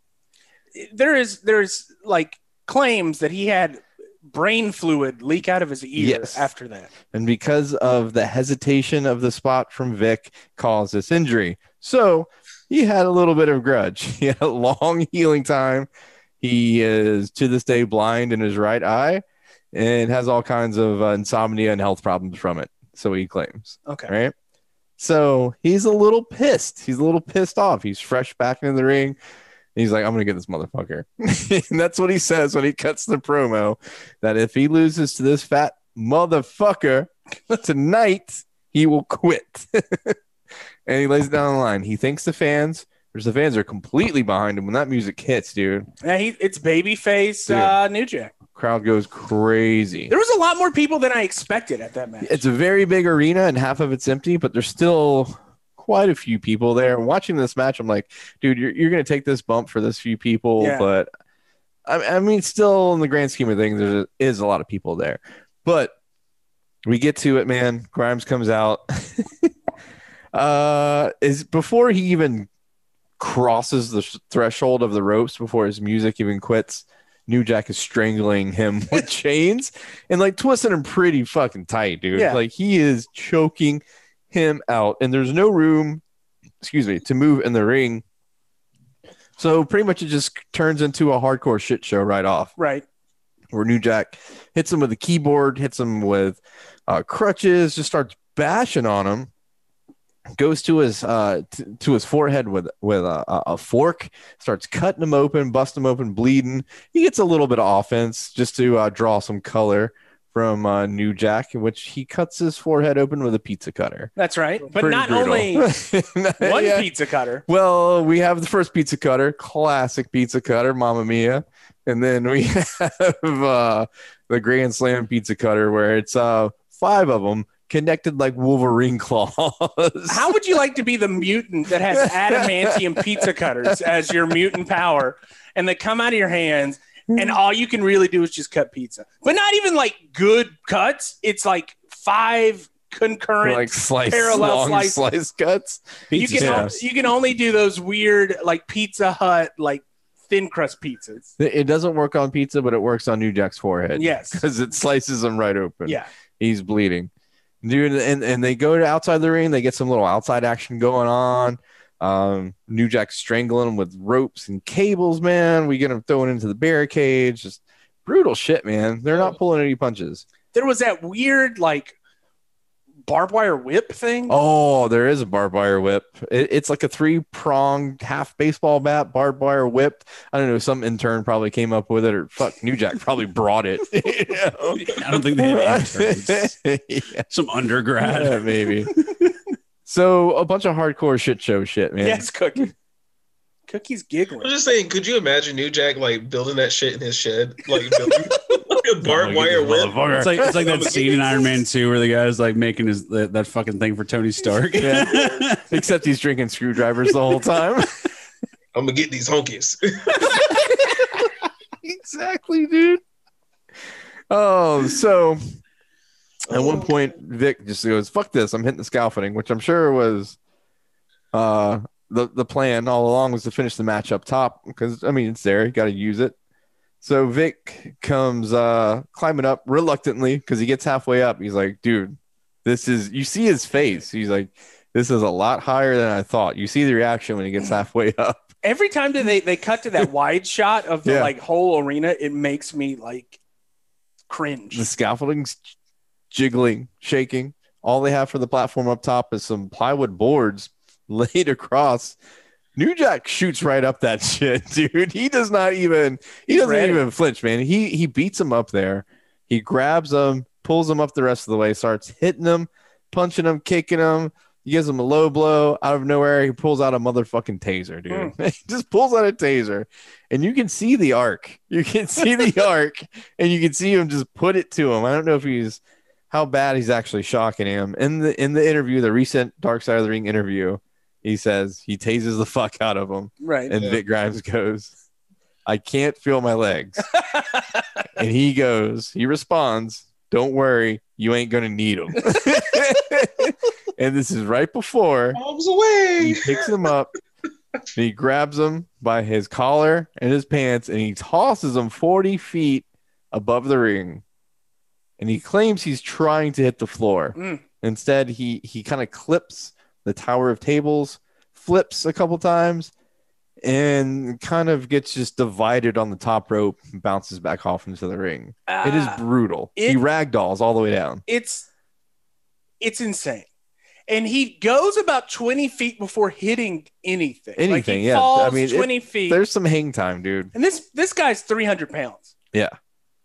There is there's like claims that he had brain fluid leak out of his ear
Yes.
after that.
And because of the hesitation of the spot from Vic, caused this injury. So he had a little bit of grudge. (laughs) He had a long healing time. He is to this day blind in his right eye and has all kinds of uh, insomnia and health problems from it. So he claims.
Okay.
Right. So he's a little pissed. He's a little pissed off. He's fresh back into the ring. He's like, I'm going to get this motherfucker. (laughs) and that's what he says when he cuts the promo that if he loses to this fat motherfucker (laughs) tonight, he will quit. (laughs) and he lays it down the line. He thanks the fans. Because the fans are completely behind him. When that music hits, dude,
Yeah, he, it's babyface
Yeah.
uh, New Jack.
crowd goes crazy.
There was a lot more people than I expected at that match.
It's a very big arena and half of it's empty, but there's still quite a few people there. Watching this match, I'm like, dude, you're, you're going to take this bump for this few people.
Yeah.
But I, I mean, still in the grand scheme of things, there is a lot of people there. But we get to it, man. Grimes comes out. uh, is before he even crosses the sh- threshold of the ropes, before his music even quits. New Jack is strangling him (laughs) with chains and like twisting him pretty fucking tight, dude.
Yeah.
Like he is choking him out, and there's no room, excuse me, to move in the ring. So pretty much it just turns into a hardcore shit show right off
right.
where New Jack hits him with a keyboard, hits him with uh, crutches, just starts bashing on him. Goes to his uh, t- to his forehead with with a, a- a fork, starts cutting him open, busting him open, bleeding. He gets a little bit of offense just to uh, draw some color from uh, New Jack, in which he cuts his forehead open with a pizza cutter.
That's right. But
Pretty
not
brutal.
only one
(laughs) Yeah.
pizza cutter.
Well, we have the first pizza cutter, classic pizza cutter, Mamma Mia, and then we (laughs) have uh, the Grand Slam pizza cutter, where it's uh, five of them connected like Wolverine (laughs) claws.
How would you like to be the mutant that has adamantium pizza cutters as your mutant power and they come out of your hands
(laughs)
and all you can really do is just cut pizza? But not even like good cuts. It's like five concurrent.
like slice
parallel
long
slices.
slice cuts?
(laughs) you, can
yeah.
on- you can only do those weird like Pizza Hut, like thin crust pizzas.
It it doesn't work on pizza, but it works on New Jack's forehead.
Yes.
because it slices him right open.
Yeah.
he's bleeding. Dude, and, and they go to outside the ring, they get some little outside action going on. Um, New Jack strangling him with ropes and cables, man. We get him thrown into the barricades. Just brutal shit, man. They're not pulling any punches.
There was that weird like barbed wire whip thing.
Oh, there is a barbed wire whip. It, it's like a three pronged half baseball bat, barbed wire whip. I don't know. Some intern probably came up with it, or fuck, New Jack probably brought it. (laughs) you know?
I don't think they
(laughs)
had interns. some undergrad.
Yeah, (laughs) maybe. so a bunch of hardcore shit show shit, man.
Yes, Cookie. Cookie's
I'm
giggling.
just saying, could you imagine New Jack like building that shit in his shed, like building (laughs) like a barbed wire whip?
It's like it's like that scene in Iron Man 2 where the guy's like making his that, that fucking thing for Tony Stark.
Yeah. Except he's drinking screwdrivers the whole time.
I'm gonna get these honkies.
(laughs) exactly, dude. Oh, so at
Oh.
one point Vic just goes, "Fuck this! I'm hitting the scaffolding," which I'm sure was uh, the the plan all along was to finish the match up top because I mean it's there, you got to use it. So Vic comes uh, climbing up reluctantly because he gets halfway up. He's like, "Dude, this is." You see his face. He's like, "This is a lot higher than I thought." You see the reaction when he gets halfway (laughs) up.
Every time that they, they cut to
(laughs)
that wide shot of the
Yeah.
like whole arena, it makes me like cringe.
the scaffolding's jiggling, shaking. All they have for the platform up top is some plywood boards (laughs) laid across. New Jack shoots right up that (laughs) shit, dude. He does not even he
He's
doesn't
ready.
even flinch, man. He he beats him up there. He grabs him, pulls him up the rest of the way, starts hitting him, punching him, kicking him. He gives him a low blow out of nowhere. He pulls out a motherfucking taser, dude.
Mm.
(laughs) he just pulls out a taser, and you can see the arc. You can (laughs) see the arc and you can see him just put it to him. I don't know if he's how bad he's actually shocking him. In the in the interview, the recent Dark Side of the Ring interview, he says he tases the fuck out of him,
Right.
and
Yeah.
Vic Grimes goes, "I can't feel my legs," and he goes, he responds, "Don't worry, you ain't gonna need them." (laughs) and this is right before
Arms
he
away.
picks him up and he grabs him by his collar and his pants and he tosses him 40 feet above the ring and he claims he's trying to hit the floor
Mm.
instead he he kind of clips the tower of tables flips a couple times and kind of gets just divided on the top rope and bounces back off into the ring it is
Ah.
brutal he
it-
ragdolls all the way down
it's it's insane. And he goes about twenty feet before hitting anything. like
Anything,
he
yeah. I
falls
mean, it-
twenty feet.
there's some hang time dude
and this this guy's three hundred pounds.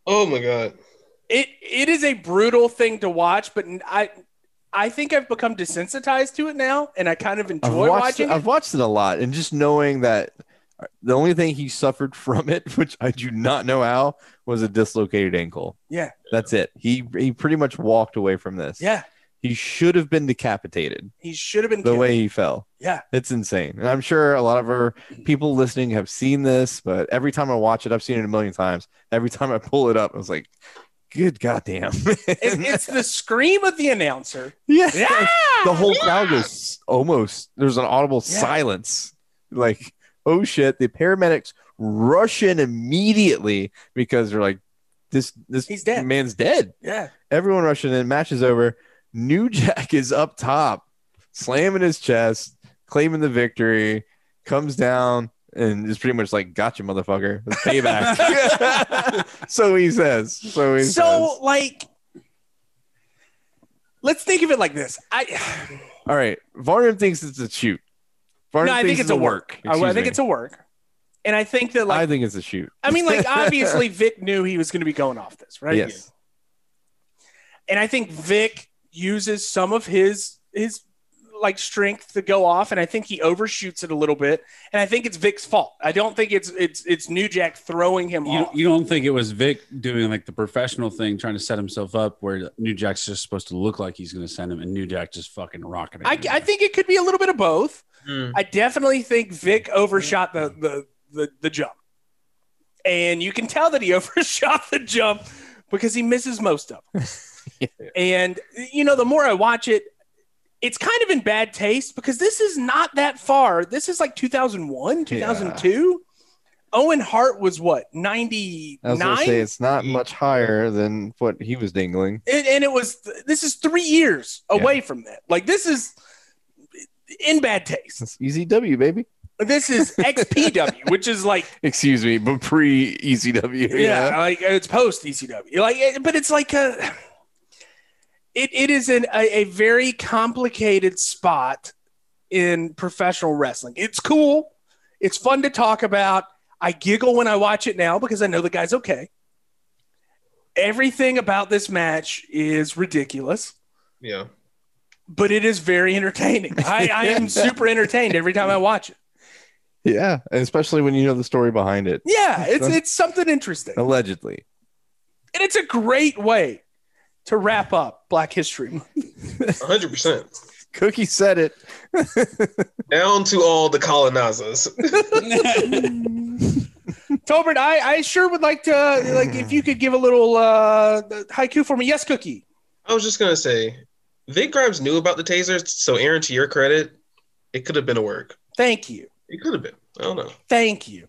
Oh my god.
It it is a brutal thing to watch, but I I think I've become desensitized to it now, and I kind of
I've
enjoy
watched,
watching
it, I've
it.
watched it a lot, and just knowing that the only thing he suffered (laughs) from it, which I do not know how, was a dislocated ankle.
Yeah.
that's it. He he pretty much walked away from this.
Yeah,
he should have been decapitated
he should have been
the
killed.
way he fell.
Yeah.
it's insane, and I'm sure a lot of our people listening have seen this. But every time I watch it, I've seen it a million times. Every time I pull it up, I was like, "Good goddamn!" (laughs)
It- it's the scream of the announcer.
yeah,
Yeah,
the whole crowd goes almost there's an audible
Yeah.
silence like oh shit the paramedics rush in immediately because they're like this this
He's dead.
man's dead
yeah.
everyone rushing in match is over new jack is up top slamming his chest claiming the victory comes down and is pretty much like gotcha motherfucker It's
(laughs)
payback (laughs) so he says so he says
So like, let's think of it like this. I (sighs)
All right. Varnum thinks it's a shoot.
no,
Varnum
I think
thinks
it's a work. I, I
Excuse
think
me.
it's a work. And I think that
I
like
think it's a shoot.
I, mean like obviously Vic knew he was going to be going off this, right?
Yes.
And I think Vic uses some of his his like strength to go off and I think he overshoots it a little bit and I think it's Vic's fault. I don't think it's it's it's New Jack throwing him
(laughs) You,
off.
you don't think it was Vic doing like the professional thing, trying to set himself up where New Jack's just supposed to look like he's going to send him, and New Jack just fucking rocking it.
I, I think it could be a little bit of both. I definitely think Vic overshot the the the, the jump, and you can tell that he (laughs) overshot the jump because he misses most of
(laughs)
them. And you know, the more I watch it, it's kind of in bad taste because this is not that far. This is like 2001, 2002. Owen Hart was what
I was going to
99,
say it's not much higher than what he was dingling.
and, and it was this is three years away from that. Like this is. in bad taste.
EZW, E baby.
This is XPW, which is like
Excuse me, but pre ECW.
(laughs) yeah, like it's post ECW. Like, it- but it's like a, it, it is an, a, a very complicated spot in professional wrestling. It's cool. It's fun to talk about. I giggle when I watch it now because I know the guy's okay. Everything about this match is ridiculous,
Yeah.
but it is very entertaining. I, I am super entertained every time I watch it.
Yeah. And especially when you know the story behind it.
Yeah, it's it's something
(laughs)
interesting.
Allegedly.
And it's a great way to wrap up Black History Month.
100%.
Cookie said it.
Down to all the colonizers.
(laughs)
Mm. Tolbert, I, I sure would like to like if you could give a little uh, haiku for me. Yes, Cookie.
I was just going to say, Vic Grimes knew about the tasers. So, Aaron, to your credit, it could have been a work.
Thank you,
It could have been. I don't know.
thank you.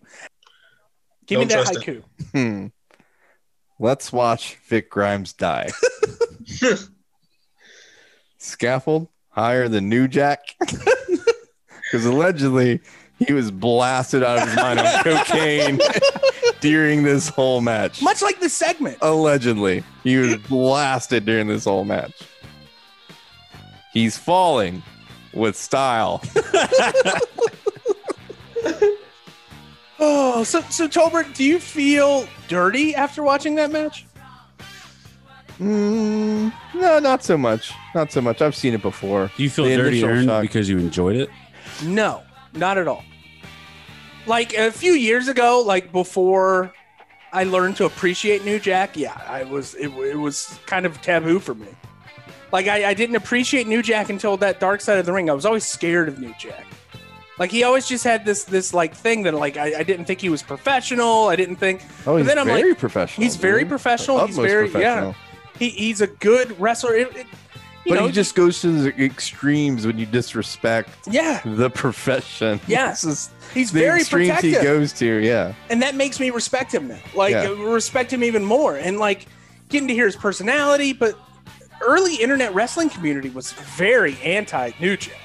Give me
Don't
that
trust
haiku.
Hmm. Let's watch Vic
(laughs)
Grimes die. Scaffold higher than New
(laughs)
Jack. Because allegedly he was blasted out of his mind on
(laughs)
cocaine during this whole match.
Much like this segment.
Allegedly, he was blasted during this whole match. He's falling with style.
Oh, so so Tolbert, do you feel dirty after watching that match? Hmm.
Mm, no, not so much. Not so much. I've seen it before.
Do you feel
The
dirty,
initial
Aaron,
shock.
because you enjoyed it?
No, not at all. Like a few years ago, like before I learned to appreciate New Jack, yeah, I was it, it was kind of taboo for me. Like I, I didn't appreciate New Jack until that Dark Side of the Ring. I was always scared of New Jack. Like he always just had this this like thing that like I, I didn't think he was professional. I didn't think
Oh,
But
he's
then I'm
very professional.
he's very
dude.
professional. Oh, He's
Utmost
very
professional.
yeah. He, he's a good wrestler. It, it- you
But
know,
he just goes to the extremes when you disrespect
yeah,
the profession. (laughs)
Yeah.
This is
he's
the
very
extremes
protective.
he goes to. Yeah.
and that makes me respect him now. Like
Yeah.
respect him even more, and like getting to hear his personality. But early internet wrestling community was very anti New Jack,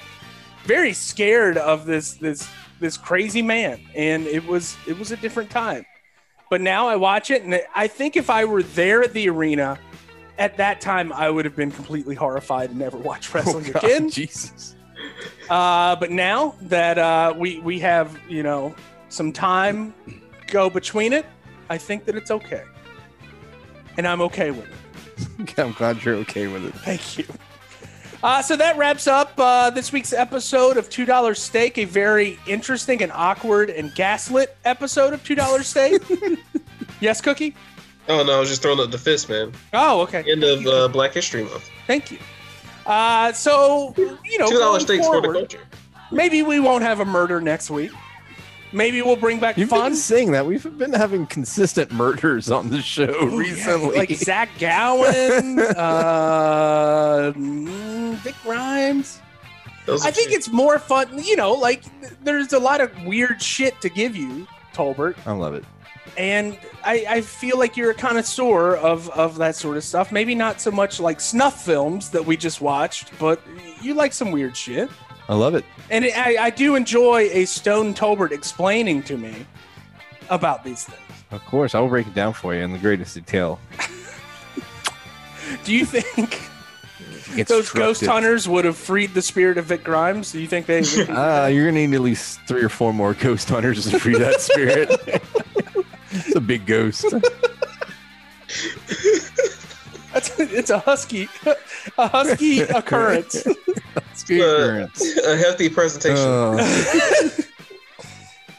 very scared of this this this crazy man, and it was it was a different time. But now I watch it, and I think if I were there at the arena at that time, I would have been completely horrified and never
(laughs)
watched wrestling
Oh, God,
again.
Jesus. (laughs)
Uh, but now that uh, we we have you know some time go between it, I think that it's okay, and I'm okay with it.
I'm glad you're okay with it.
Thank you. Uh, so that wraps up uh, this week's episode of Two Dollar Steak, a very interesting and awkward and gaslit episode of Two Dollar Steak. yes, Cookie.
Oh, no. I was just throwing up the fist, man.
Oh, okay.
End of uh, Black History Month.
Thank you. Uh, so you know,
$2
going
stakes for the
forward,
culture.
maybe we won't have a murder next week. Maybe we'll bring back
You've
fun.
been saying that. We've been having consistent murders on the show
Ooh, Oh, yeah,
recently. (laughs)
like Zach Gowen, uh, mm, Vic Grimes.
Those are
I think
two.
it's more fun, you know. Like, th- there's a lot of weird shit to give you, Tolbert,
I love it.
and I, I feel like you're a connoisseur of of that sort of stuff. Maybe not so much like snuff films that we just watched, but you like some weird shit.
I love it.
And I, I do enjoy a Stone Tolbert explaining to me about these things.
Of course, I will break it down for you in the greatest detail.
Do you think?
It's
those ghost
destructive.
hunters would have freed the spirit of Vic Grimes. Do you think they?
(laughs) Uh, you're gonna need at least three or four more ghost hunters to free that spirit.
(laughs)
(laughs) it's a big ghost.
That's, it's a husky, a husky occurrence.
It's big occurrence.
(laughs) a hefty presentation.
Uh,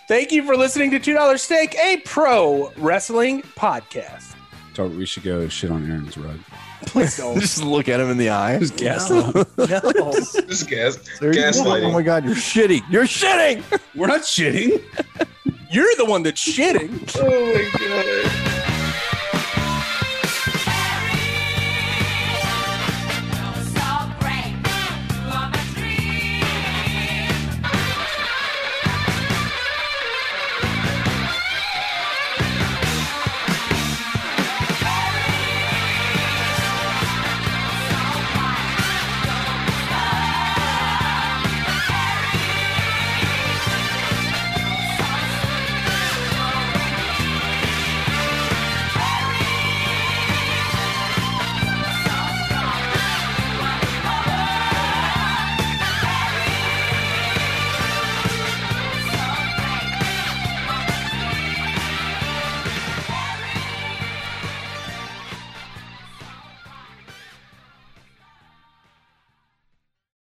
Thank you for listening to Two Dollar Steak, a pro wrestling podcast.
So we should go shit on Aaron's rug.
Please
(laughs)
don't.
just look at him in the eye.
Just gas
No.
him.
no.
This gas,
There you go. Oh
gaslighting.
my god, you're shitting. You're shitting.
We're not shitting.
You're the one that's shitting.
oh my god.